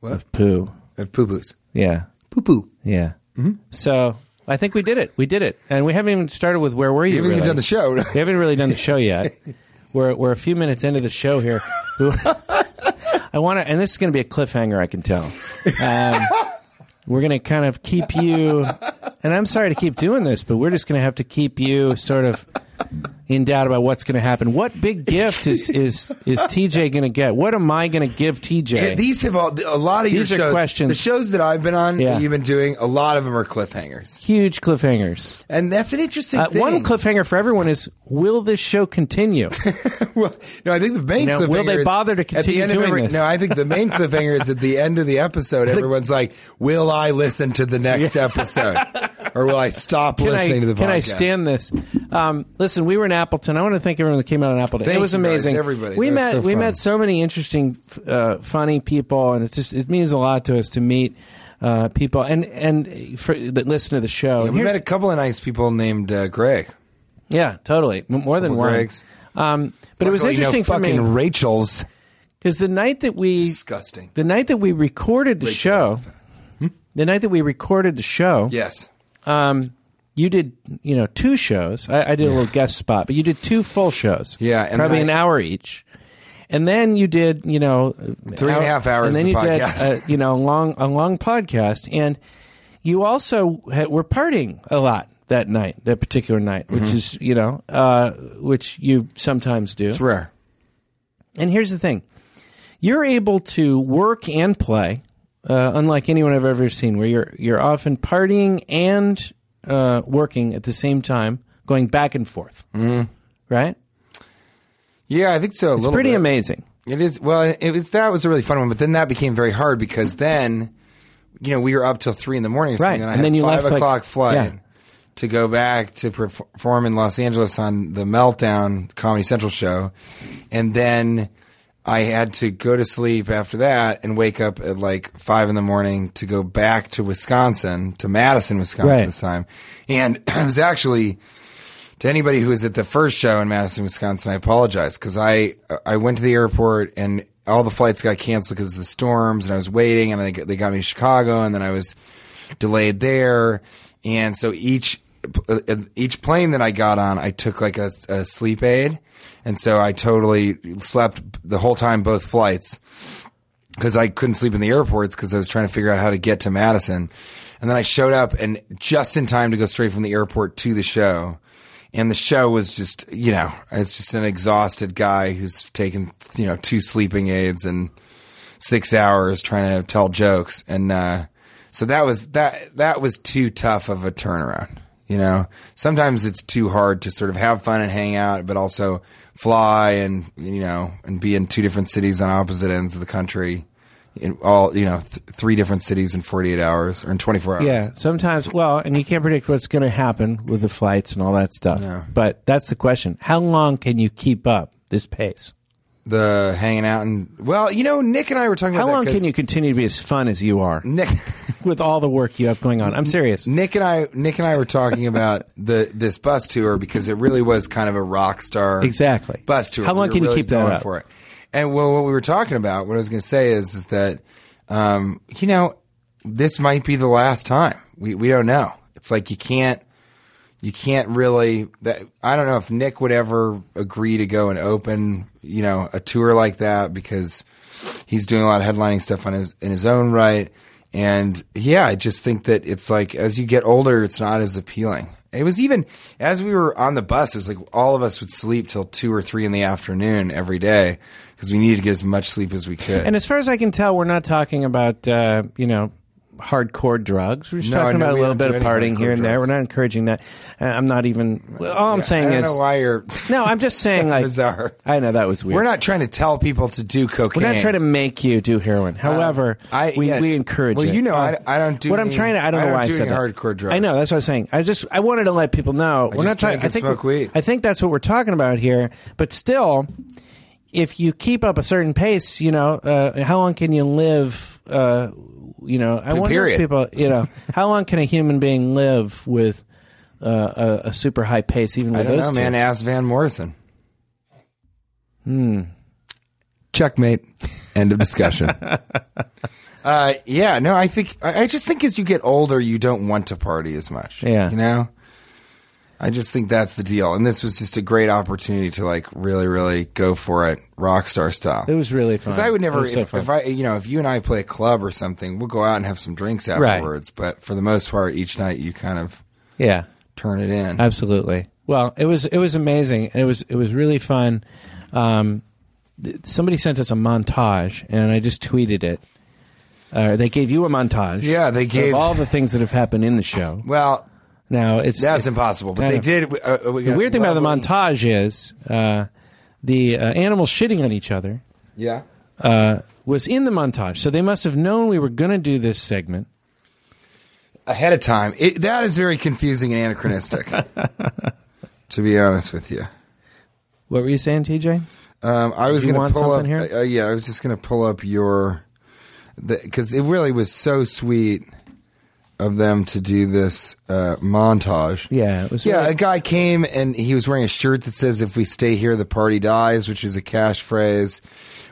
Speaker 4: What?
Speaker 3: of poo.
Speaker 4: Of poo poos,
Speaker 3: Yeah,
Speaker 4: poo poo.
Speaker 3: yeah.
Speaker 4: Mm-hmm.
Speaker 3: So I think we did it. We did it, and we haven't even started with where were you?
Speaker 4: You haven't even
Speaker 3: really?
Speaker 4: done the show.
Speaker 3: We haven't really done the show yet. we're we're a few minutes into the show here. I want to, and this is going to be a cliffhanger. I can tell. Um, we're going to kind of keep you, and I'm sorry to keep doing this, but we're just going to have to keep you sort of in doubt about what's going to happen. What big gift is is is TJ going to get? What am I going to give
Speaker 4: Yeah,
Speaker 3: TJ?
Speaker 4: These have all a lot of
Speaker 3: These
Speaker 4: your
Speaker 3: are
Speaker 4: shows.
Speaker 3: questions.
Speaker 4: The shows that I've been on,
Speaker 3: Yeah.
Speaker 4: that you've been doing, a lot of them are cliffhangers,
Speaker 3: Huge cliffhangers.
Speaker 4: and that's an interesting
Speaker 3: Uh,
Speaker 4: thing.
Speaker 3: one cliffhanger for everyone is: Will this show continue?
Speaker 4: well, no, I think the main
Speaker 3: You know,
Speaker 4: cliffhanger.
Speaker 3: will they
Speaker 4: is-
Speaker 3: bother to
Speaker 4: at the
Speaker 3: continue
Speaker 4: end of
Speaker 3: doing
Speaker 4: every-
Speaker 3: this?
Speaker 4: No, I think the main cliffhanger is at the end of the episode. Everyone's like, "Will I listen to the next episode, or will I stop
Speaker 3: can
Speaker 4: listening
Speaker 3: I,
Speaker 4: to the podcast?"
Speaker 3: Can I stand this? Um, listen, we were in Appleton. I want to thank everyone that came out in Appleton.
Speaker 4: Thank
Speaker 3: it was
Speaker 4: you guys,
Speaker 3: amazing.
Speaker 4: everybody.
Speaker 3: we
Speaker 4: That was
Speaker 3: met
Speaker 4: so
Speaker 3: we
Speaker 4: fun.
Speaker 3: met so many interesting, f- uh, funny people, and it's just it means a lot to us to meet uh, people and and for, that listen to the show.
Speaker 4: Yeah,
Speaker 3: And
Speaker 4: we
Speaker 3: here's-
Speaker 4: met a couple of nice people named uh, Greg.
Speaker 3: yeah, totally, M- more than
Speaker 4: Couple
Speaker 3: one.
Speaker 4: Gregs.
Speaker 3: Um, but it was
Speaker 4: Luckily, no
Speaker 3: interesting for
Speaker 4: fucking
Speaker 3: me
Speaker 4: Rachel's
Speaker 3: because the night that we
Speaker 4: disgusting.
Speaker 3: the night that we recorded the show,
Speaker 4: Hmm?
Speaker 3: the night that we recorded the show,
Speaker 4: Yes,
Speaker 3: um, you did you know two shows. I, I did a little guest spot, but you did two full shows.
Speaker 4: Yeah, and
Speaker 3: probably
Speaker 4: then
Speaker 3: an
Speaker 4: I-
Speaker 3: hour each. And then you did you know
Speaker 4: Three and a half hours
Speaker 3: and then
Speaker 4: of
Speaker 3: you
Speaker 4: the
Speaker 3: did
Speaker 4: podcast.
Speaker 3: uh, you know a long a long podcast, and you also had, were partying a lot that night, that particular night, which is you know uh, which you sometimes do.
Speaker 4: Mm-hmm. it's rare.
Speaker 3: And here's the thing you're able to work and play, uh, unlike anyone I've ever seen, where you're, you're often partying and uh, working at the same time, going back and forth. Right?
Speaker 4: Yeah, I think so. A
Speaker 3: It's
Speaker 4: Mm-hmm. little
Speaker 3: pretty
Speaker 4: bit.
Speaker 3: amazing.
Speaker 4: It is well. It was that was a really fun one, but then that became very hard because then, you know, we were up till three in the morning, or
Speaker 3: Right,
Speaker 4: something, and I
Speaker 3: and
Speaker 4: had
Speaker 3: then you
Speaker 4: five
Speaker 3: left, like-
Speaker 4: o'clock flight
Speaker 3: yeah.
Speaker 4: to go back to perf- perform in Los Angeles on the Meltdown Comedy Central show, and then I had to go to sleep after that and wake up at like five in the morning to go back to Wisconsin to Madison, Wisconsin
Speaker 3: Right.
Speaker 4: this time, and it was actually to anybody who was at the first show in Madison, Wisconsin, I apologize because I I went to the airport and all the flights got canceled because of the storms, and I was waiting, and they got- they got me to Chicago, and then I was delayed there, and so each uh, each plane that I got on, I took like a, a sleep aid, and so I totally slept the whole time both flights because I couldn't sleep in the airports because I was trying to figure out how to get to Madison. And then I showed up and just in time to go straight from the airport to the show. And the show was just, you know, it's just an exhausted guy who's taken, you know, two sleeping aids and six hours trying to tell jokes. And, uh, so that was, that, that was too tough of a turnaround. You know, sometimes it's too hard to sort of have fun and hang out, but also fly and, you know, and be in two different cities on opposite ends of the country in all, you know, th- three different cities in 48 hours or in 24 hours.
Speaker 3: Yeah, sometimes. Well, and you can't predict what's going to happen with the flights and all that stuff. But that's the question. How long can you keep up this pace?
Speaker 4: The hanging out and, well, you know, Nick and I were talking
Speaker 3: How
Speaker 4: about
Speaker 3: long
Speaker 4: that
Speaker 3: can
Speaker 4: 'cause
Speaker 3: you continue to be as fun as you are
Speaker 4: Nick,
Speaker 3: with all the work you have going on? I'm serious.
Speaker 4: Nick and I, Nick and I were talking about the this bus tour because it really was kind of a rock star
Speaker 3: Exactly.
Speaker 4: bus tour.
Speaker 3: How long
Speaker 4: were
Speaker 3: can you
Speaker 4: really
Speaker 3: keep that
Speaker 4: going
Speaker 3: up?
Speaker 4: for it? And well, what we were talking about, what I was going to say is, is that um, you know this might be the last time. We we don't know. It's like you can't you can't really that I don't know if Nick would ever agree to go and open, you know, a tour like that because he's doing a lot of headlining stuff on his in his own right. And yeah, I just think that it's like as you get older, it's not as appealing. It was even as we were on the bus, it was like all of us would sleep till two or three in the afternoon every day because we needed to get as much sleep as we could.
Speaker 3: And as far as I can tell, we're not talking about uh, you know hardcore drugs. We're just
Speaker 4: No,
Speaker 3: talking
Speaker 4: no,
Speaker 3: about a
Speaker 4: we
Speaker 3: little
Speaker 4: don't do
Speaker 3: bit of
Speaker 4: any
Speaker 3: partying
Speaker 4: hardcore
Speaker 3: here and there. We're
Speaker 4: drugs.
Speaker 3: not encouraging that. And I'm not even. well, All I'm saying
Speaker 4: I don't
Speaker 3: is
Speaker 4: know why you're
Speaker 3: no. I'm just saying like
Speaker 4: bizarre.
Speaker 3: I know that was weird.
Speaker 4: We're not trying to tell people to do cocaine.
Speaker 3: We're not trying to make you do heroin. However,
Speaker 4: Um, I-
Speaker 3: we,
Speaker 4: yeah.
Speaker 3: we encourage.
Speaker 4: Well,
Speaker 3: it.
Speaker 4: you know, I-
Speaker 3: Uh,
Speaker 4: I don't do
Speaker 3: what I'm
Speaker 4: any-
Speaker 3: trying to. I don't
Speaker 4: I
Speaker 3: know
Speaker 4: don't
Speaker 3: why I
Speaker 4: do
Speaker 3: said
Speaker 4: any
Speaker 3: that.
Speaker 4: hardcore drugs.
Speaker 3: I know that's what I was saying. I just I wanted to let people know we're
Speaker 4: just
Speaker 3: not trying.
Speaker 4: drink
Speaker 3: I
Speaker 4: and
Speaker 3: think
Speaker 4: smoke weed.
Speaker 3: I think that's what we're talking about here. But still, if you keep up a certain pace, you know, uh, how long can you live? Uh, you know, I wonder
Speaker 4: Period.
Speaker 3: if people, you know, how long can a human being live with uh, a, a super high pace? Even with
Speaker 4: I don't
Speaker 3: those
Speaker 4: know,
Speaker 3: two?
Speaker 4: man. Ask Van Morrison. Hmm.
Speaker 3: Hmm.
Speaker 4: Checkmate. End of discussion. uh, yeah, no, I think I I just think as you get older, you don't want to party as much.
Speaker 3: Yeah.
Speaker 4: you know. I just think that's the deal, and this was just a great opportunity to like really, really go for it, rock star style.
Speaker 3: It was really fun.
Speaker 4: Because I would
Speaker 3: It
Speaker 4: never,
Speaker 3: was so
Speaker 4: if,
Speaker 3: fun.
Speaker 4: if I, you know, if you and I play a club or something, we'll go out and have some drinks
Speaker 3: Right.
Speaker 4: afterwards. But for the most part, each night you kind of
Speaker 3: yeah.
Speaker 4: turn it in.
Speaker 3: Absolutely. Well, it was it was amazing. It was it was really fun. Um, th- somebody sent us a montage, and I just tweeted it. Uh, they gave you a montage.
Speaker 4: Yeah, they gave-
Speaker 3: of all the things that have happened in the show.
Speaker 4: well,
Speaker 3: Now it's
Speaker 4: That's
Speaker 3: it's-
Speaker 4: impossible. But
Speaker 3: I
Speaker 4: they
Speaker 3: know.
Speaker 4: did. Uh, we
Speaker 3: The
Speaker 4: got
Speaker 3: weird thing about the
Speaker 4: lovely-
Speaker 3: montage is uh, the uh, animals shitting on each other
Speaker 4: Yeah.
Speaker 3: uh, was in the montage, so they must have known we were going to do this segment.
Speaker 4: Ahead of time. It, that is very confusing and anachronistic, to be honest with you.
Speaker 3: What were you saying, TJ?
Speaker 4: Um, I was
Speaker 3: you
Speaker 4: going to
Speaker 3: want
Speaker 4: pull up.
Speaker 3: something here?
Speaker 4: Uh, yeah, I was just going to pull up your. Because it really was so sweet of them to do this uh, montage.
Speaker 3: Yeah, it was.
Speaker 4: Yeah,
Speaker 3: really-
Speaker 4: a guy came and he was wearing a shirt that says "If we stay here, the party dies," which is a cash phrase.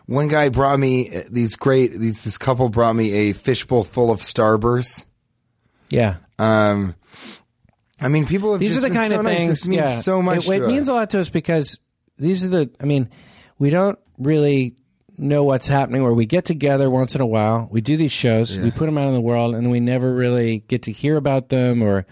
Speaker 4: One guy brought me uh, these great these this couple brought me a fishbowl full of Starburst.
Speaker 3: yeah.
Speaker 4: Um, I mean, people have
Speaker 3: these are
Speaker 4: just
Speaker 3: the
Speaker 4: been
Speaker 3: kind
Speaker 4: so
Speaker 3: of
Speaker 4: nice.
Speaker 3: things
Speaker 4: This means
Speaker 3: yeah.
Speaker 4: so much.
Speaker 3: It, it
Speaker 4: to
Speaker 3: means
Speaker 4: us.
Speaker 3: a lot to us because these are the. I mean, we don't really know what's happening. Where we get together once in a while, we do these shows, we put them out in the world, and we never really get to hear about them or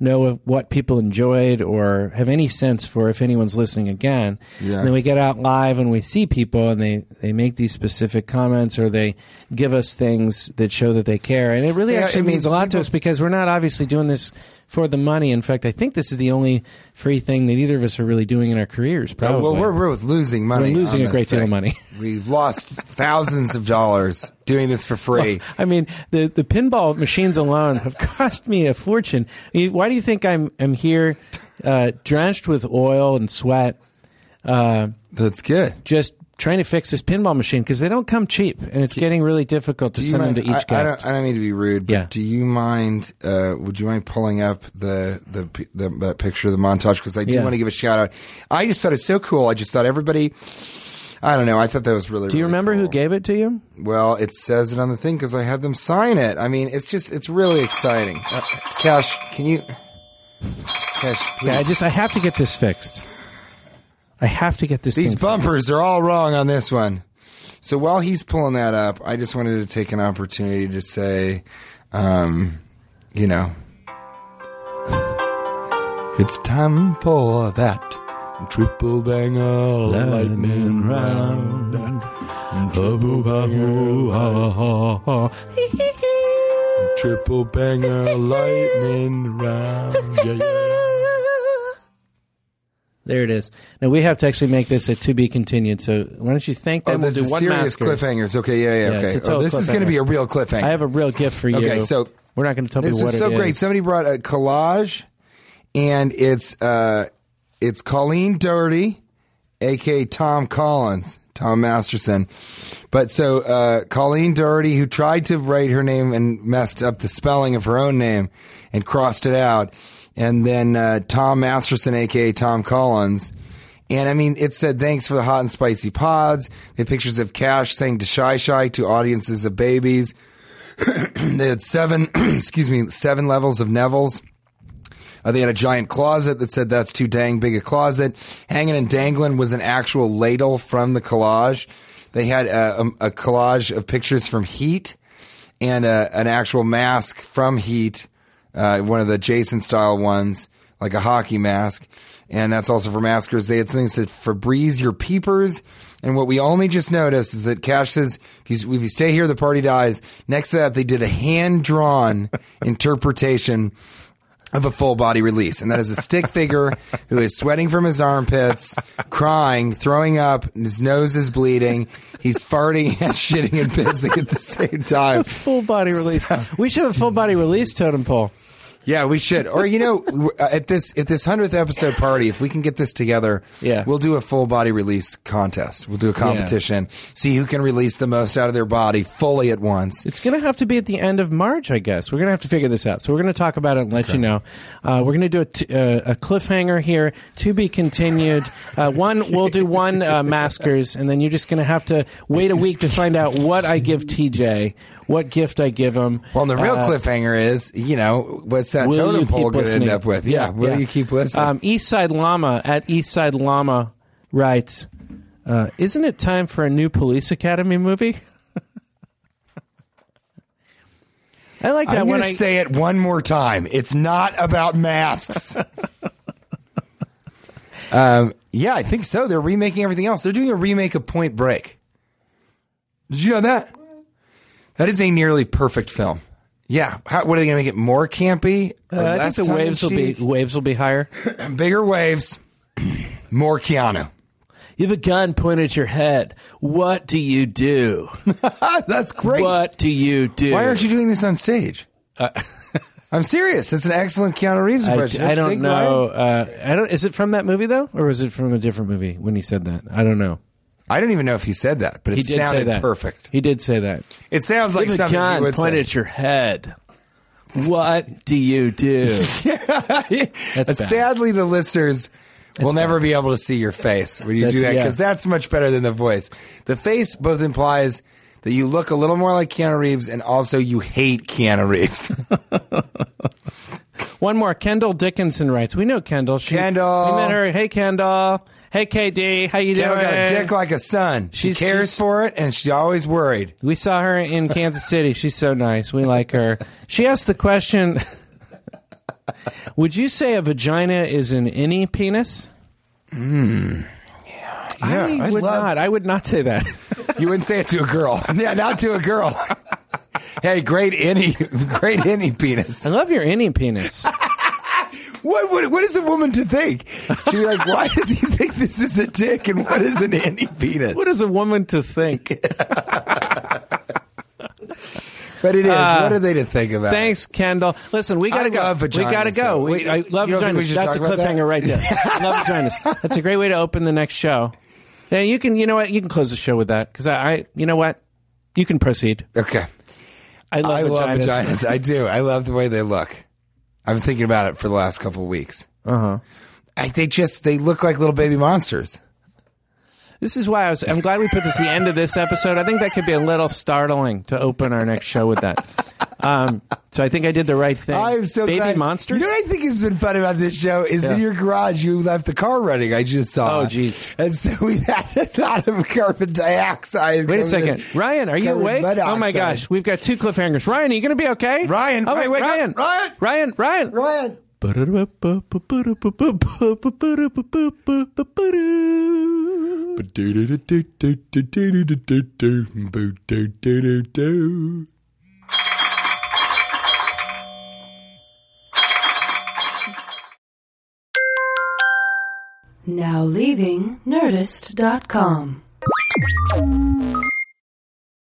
Speaker 3: know of what people enjoyed or have any sense for if anyone's listening again.
Speaker 4: Yeah.
Speaker 3: And then we get out live and we see people and they, they make these specific comments or they give us things that show that they care. And it really
Speaker 4: Yeah,
Speaker 3: actually
Speaker 4: I mean,
Speaker 3: means a lot to us because we're not obviously doing this for the money. In fact, I think this is the only free thing that either of us are really doing in our careers. Probably.
Speaker 4: Well, we're, we're losing money.
Speaker 3: Oh, We're losing a
Speaker 4: on this
Speaker 3: great deal of
Speaker 4: thing.
Speaker 3: money.
Speaker 4: We've lost thousands of dollars doing this for free.
Speaker 3: I mean, the, the pinball machines alone have cost me a fortune. I mean, Why do you think I'm I'm here, uh, drenched with oil and sweat,
Speaker 4: That's good.
Speaker 3: just trying to fix this pinball machine because they don't come cheap, and it's getting really difficult to
Speaker 4: Do you
Speaker 3: send
Speaker 4: mind-
Speaker 3: them to each
Speaker 4: I, I
Speaker 3: guest.
Speaker 4: don't, I don't mean to be rude, but
Speaker 3: Yeah.
Speaker 4: do you mind? Uh, would you mind pulling up the the, p- the that picture of the montage? Because I do
Speaker 3: Yeah.
Speaker 4: want to give a shout out. I just thought it's so cool. I just thought everybody. I don't know. I thought that was really.
Speaker 3: do you remember who gave it to you?
Speaker 4: Well, it says it on the thing because I had them sign it. I mean, it's just it's really exciting. Uh, Cash, can you? Cash, please.
Speaker 3: Yeah, I just I have to get this fixed. I have to get this.
Speaker 4: These
Speaker 3: thing
Speaker 4: bumpers are all wrong on this one. So while he's pulling that up, I just wanted to take an opportunity to say, um, you know, it's time for that triple banger lightning round. Triple banger lightning round. Yeah, yeah.
Speaker 3: There it is. Now we have to actually make this a to be continued. So why don't you thank
Speaker 4: Oh,
Speaker 3: them? we'll
Speaker 4: this
Speaker 3: do
Speaker 4: is
Speaker 3: one
Speaker 4: serious
Speaker 3: Maskers.
Speaker 4: cliffhangers. Okay, yeah, yeah,
Speaker 3: Yeah,
Speaker 4: okay.
Speaker 3: it's a
Speaker 4: oh,
Speaker 3: total
Speaker 4: this is going to
Speaker 3: cliffhanger.
Speaker 4: be a real cliffhanger.
Speaker 3: I have a real gift for you.
Speaker 4: Okay, so-
Speaker 3: we're not going to tell
Speaker 4: this
Speaker 3: people what
Speaker 4: is so
Speaker 3: it
Speaker 4: great. Somebody brought a collage, and it's uh, it's Colleen Doherty, aka Tom Collins, Tom Masterson. But so uh, Colleen Doherty, who tried to write her name and messed up the spelling of her own name and crossed it out, and then uh, Tom Masterson, aka Tom Collins. And I mean, it said, thanks for the hot and spicy pods. They had pictures of Cash saying to Shy Shy to audiences of babies they had seven, excuse me, seven levels of Neville's. Uh, they had a giant closet that said that's too dang big a closet. Hanging and dangling was an actual ladle from the collage. They had a, a, a collage of pictures from Heat and a, an actual mask from Heat, uh, one of the Jason style ones, like a hockey mask. And that's also for maskers. They had something that said Febreze your peepers. And what we only just noticed is that Cash says, if you, if you stay here, the party dies. Next to that, they did a hand drawn interpretation of a full body release. And that is a stick figure who is sweating from his armpits, crying, throwing up, and his nose is bleeding. He's farting and shitting and pissing at the same time.
Speaker 3: Full body release. we should have a full body release totem pole.
Speaker 4: Yeah, we should. Or you know, w- uh, at this at this hundredth episode party, if we can get this together,
Speaker 3: Yeah.
Speaker 4: we'll do a full body release contest. We'll do a competition. See who can release the most out of their body fully at once.
Speaker 3: It's going to have to be at the end of March, I guess. We're going to have to figure this out. So we're going to talk about it and let you know. Uh, we're going to do a, t- uh, a cliffhanger here to be continued. Uh, one, we'll do one uh, maskers, and then you're just going to have to wait a week to find out what I give TJ, what gift I give him.
Speaker 4: Well, and the real
Speaker 3: Uh,
Speaker 4: cliffhanger is, you know, what's that
Speaker 3: will you
Speaker 4: totem
Speaker 3: keep
Speaker 4: pole going to end
Speaker 3: listening?
Speaker 4: up with? Yeah, will you keep listening?
Speaker 3: Um, Eastside Llama at Eastside Llama writes, uh, "Isn't it time for a new Police Academy movie?" I like that
Speaker 4: I'm
Speaker 3: one.
Speaker 4: going to
Speaker 3: I-
Speaker 4: say it one more time. It's not about masks. um, yeah, I think so. They're remaking everything else. They're doing a remake of Point Break. Did you know that? That is a nearly perfect film. Yeah. How, what are they going to make it more campy? Or
Speaker 3: Uh, I
Speaker 4: less
Speaker 3: think the waves will be
Speaker 4: tongue-in-cheek?
Speaker 3: waves will be higher.
Speaker 4: bigger waves, more Keanu.
Speaker 3: You have a gun pointed at your head. What do you do?
Speaker 4: That's great.
Speaker 3: do you do?
Speaker 4: Why aren't you doing this on stage? I'm serious. It's an excellent Keanu Reeves
Speaker 3: Uh, I,
Speaker 4: impression.
Speaker 3: I
Speaker 4: you
Speaker 3: don't
Speaker 4: think, Ryan?
Speaker 3: know. Uh, I don't. Is it from that movie though, or is it from a different movie when he said that? I don't know.
Speaker 4: I don't even know if he said that, but it
Speaker 3: He did
Speaker 4: sounded
Speaker 3: say that.
Speaker 4: perfect.
Speaker 3: He did say that.
Speaker 4: It sounds like
Speaker 3: Leave a
Speaker 4: something he
Speaker 3: gun
Speaker 4: would
Speaker 3: pointed
Speaker 4: say.
Speaker 3: at your head. What do you do? That's bad.
Speaker 4: Sadly, the listeners will never be able to see your face when you do that
Speaker 3: That's-
Speaker 4: because
Speaker 3: yeah.
Speaker 4: that's much better than the voice. The face both implies that you look a little more like Keanu Reeves and also you hate Keanu Reeves.
Speaker 3: One more. Kendall Dickinson writes. We know Kendall. She,
Speaker 4: Kendall.
Speaker 3: We met her. Hey, Kendall. Hey, KD. How you
Speaker 4: Keanu
Speaker 3: doing?
Speaker 4: got a dick like a son. She
Speaker 3: She's-
Speaker 4: cares
Speaker 3: she's-
Speaker 4: for it and she's always worried.
Speaker 3: We saw her in Kansas City. She's so nice. We like her. She asked the question Would you say a vagina is in any penis?
Speaker 4: Hmm. Yeah,
Speaker 3: I
Speaker 4: I'd
Speaker 3: would
Speaker 4: love-
Speaker 3: not. I would not say that.
Speaker 4: You wouldn't say it to a girl. yeah, not to a girl. hey, great any, great any penis.
Speaker 3: I love your any penis.
Speaker 4: What, what what is a woman to think? She'd be like, why does he think this is a dick and what is an any penis?
Speaker 3: What is a woman to think?
Speaker 4: but it is.
Speaker 3: Uh,
Speaker 4: what are they to think about?
Speaker 3: Thanks, Kendall. Listen, we gotta
Speaker 4: I
Speaker 3: go.
Speaker 4: love
Speaker 3: we gotta
Speaker 4: vaginas,
Speaker 3: go.
Speaker 4: though.
Speaker 3: We,
Speaker 4: Wait,
Speaker 3: I love
Speaker 4: you don't think we
Speaker 3: vaginas.
Speaker 4: should
Speaker 3: That's a
Speaker 4: talk about that?
Speaker 3: cliffhanger right there. love vaginas. That's a great way to open the next show. Yeah, you can. You know what? You can close the show with that because I, I. You know what? You can proceed.
Speaker 4: Okay.
Speaker 3: I love
Speaker 4: I
Speaker 3: vaginas.
Speaker 4: love vaginas. I do. I love the way they look. I've been thinking about it for the last couple of weeks. Uh
Speaker 3: Uh-huh.
Speaker 4: huh. I, they just they look like little baby monsters.
Speaker 3: This is why I was. I'm glad we put this at the end of this episode. I think that could be a little startling to open our next show with that. Um, so I think I did the right thing.
Speaker 4: I'm so
Speaker 3: baby
Speaker 4: glad.
Speaker 3: monsters.
Speaker 4: You know what I think has been fun about this show is in your garage you left the car running. I just saw.
Speaker 3: Oh,
Speaker 4: it.
Speaker 3: jeez.
Speaker 4: And so we had the thought of carbon dioxide.
Speaker 3: Wait a
Speaker 4: coming
Speaker 3: second,
Speaker 4: in.
Speaker 3: Ryan. Are you
Speaker 4: Carbon
Speaker 3: awake? Oh my
Speaker 4: monoxide.
Speaker 3: gosh, we've got two cliffhangers. Ryan, are you going to be okay?
Speaker 4: Ryan,
Speaker 3: oh my,
Speaker 4: Ryan, wake up.
Speaker 3: Ryan,
Speaker 4: Ryan!
Speaker 3: Ryan, Ryan,
Speaker 4: Ryan.
Speaker 2: Now leaving Nerdist.com.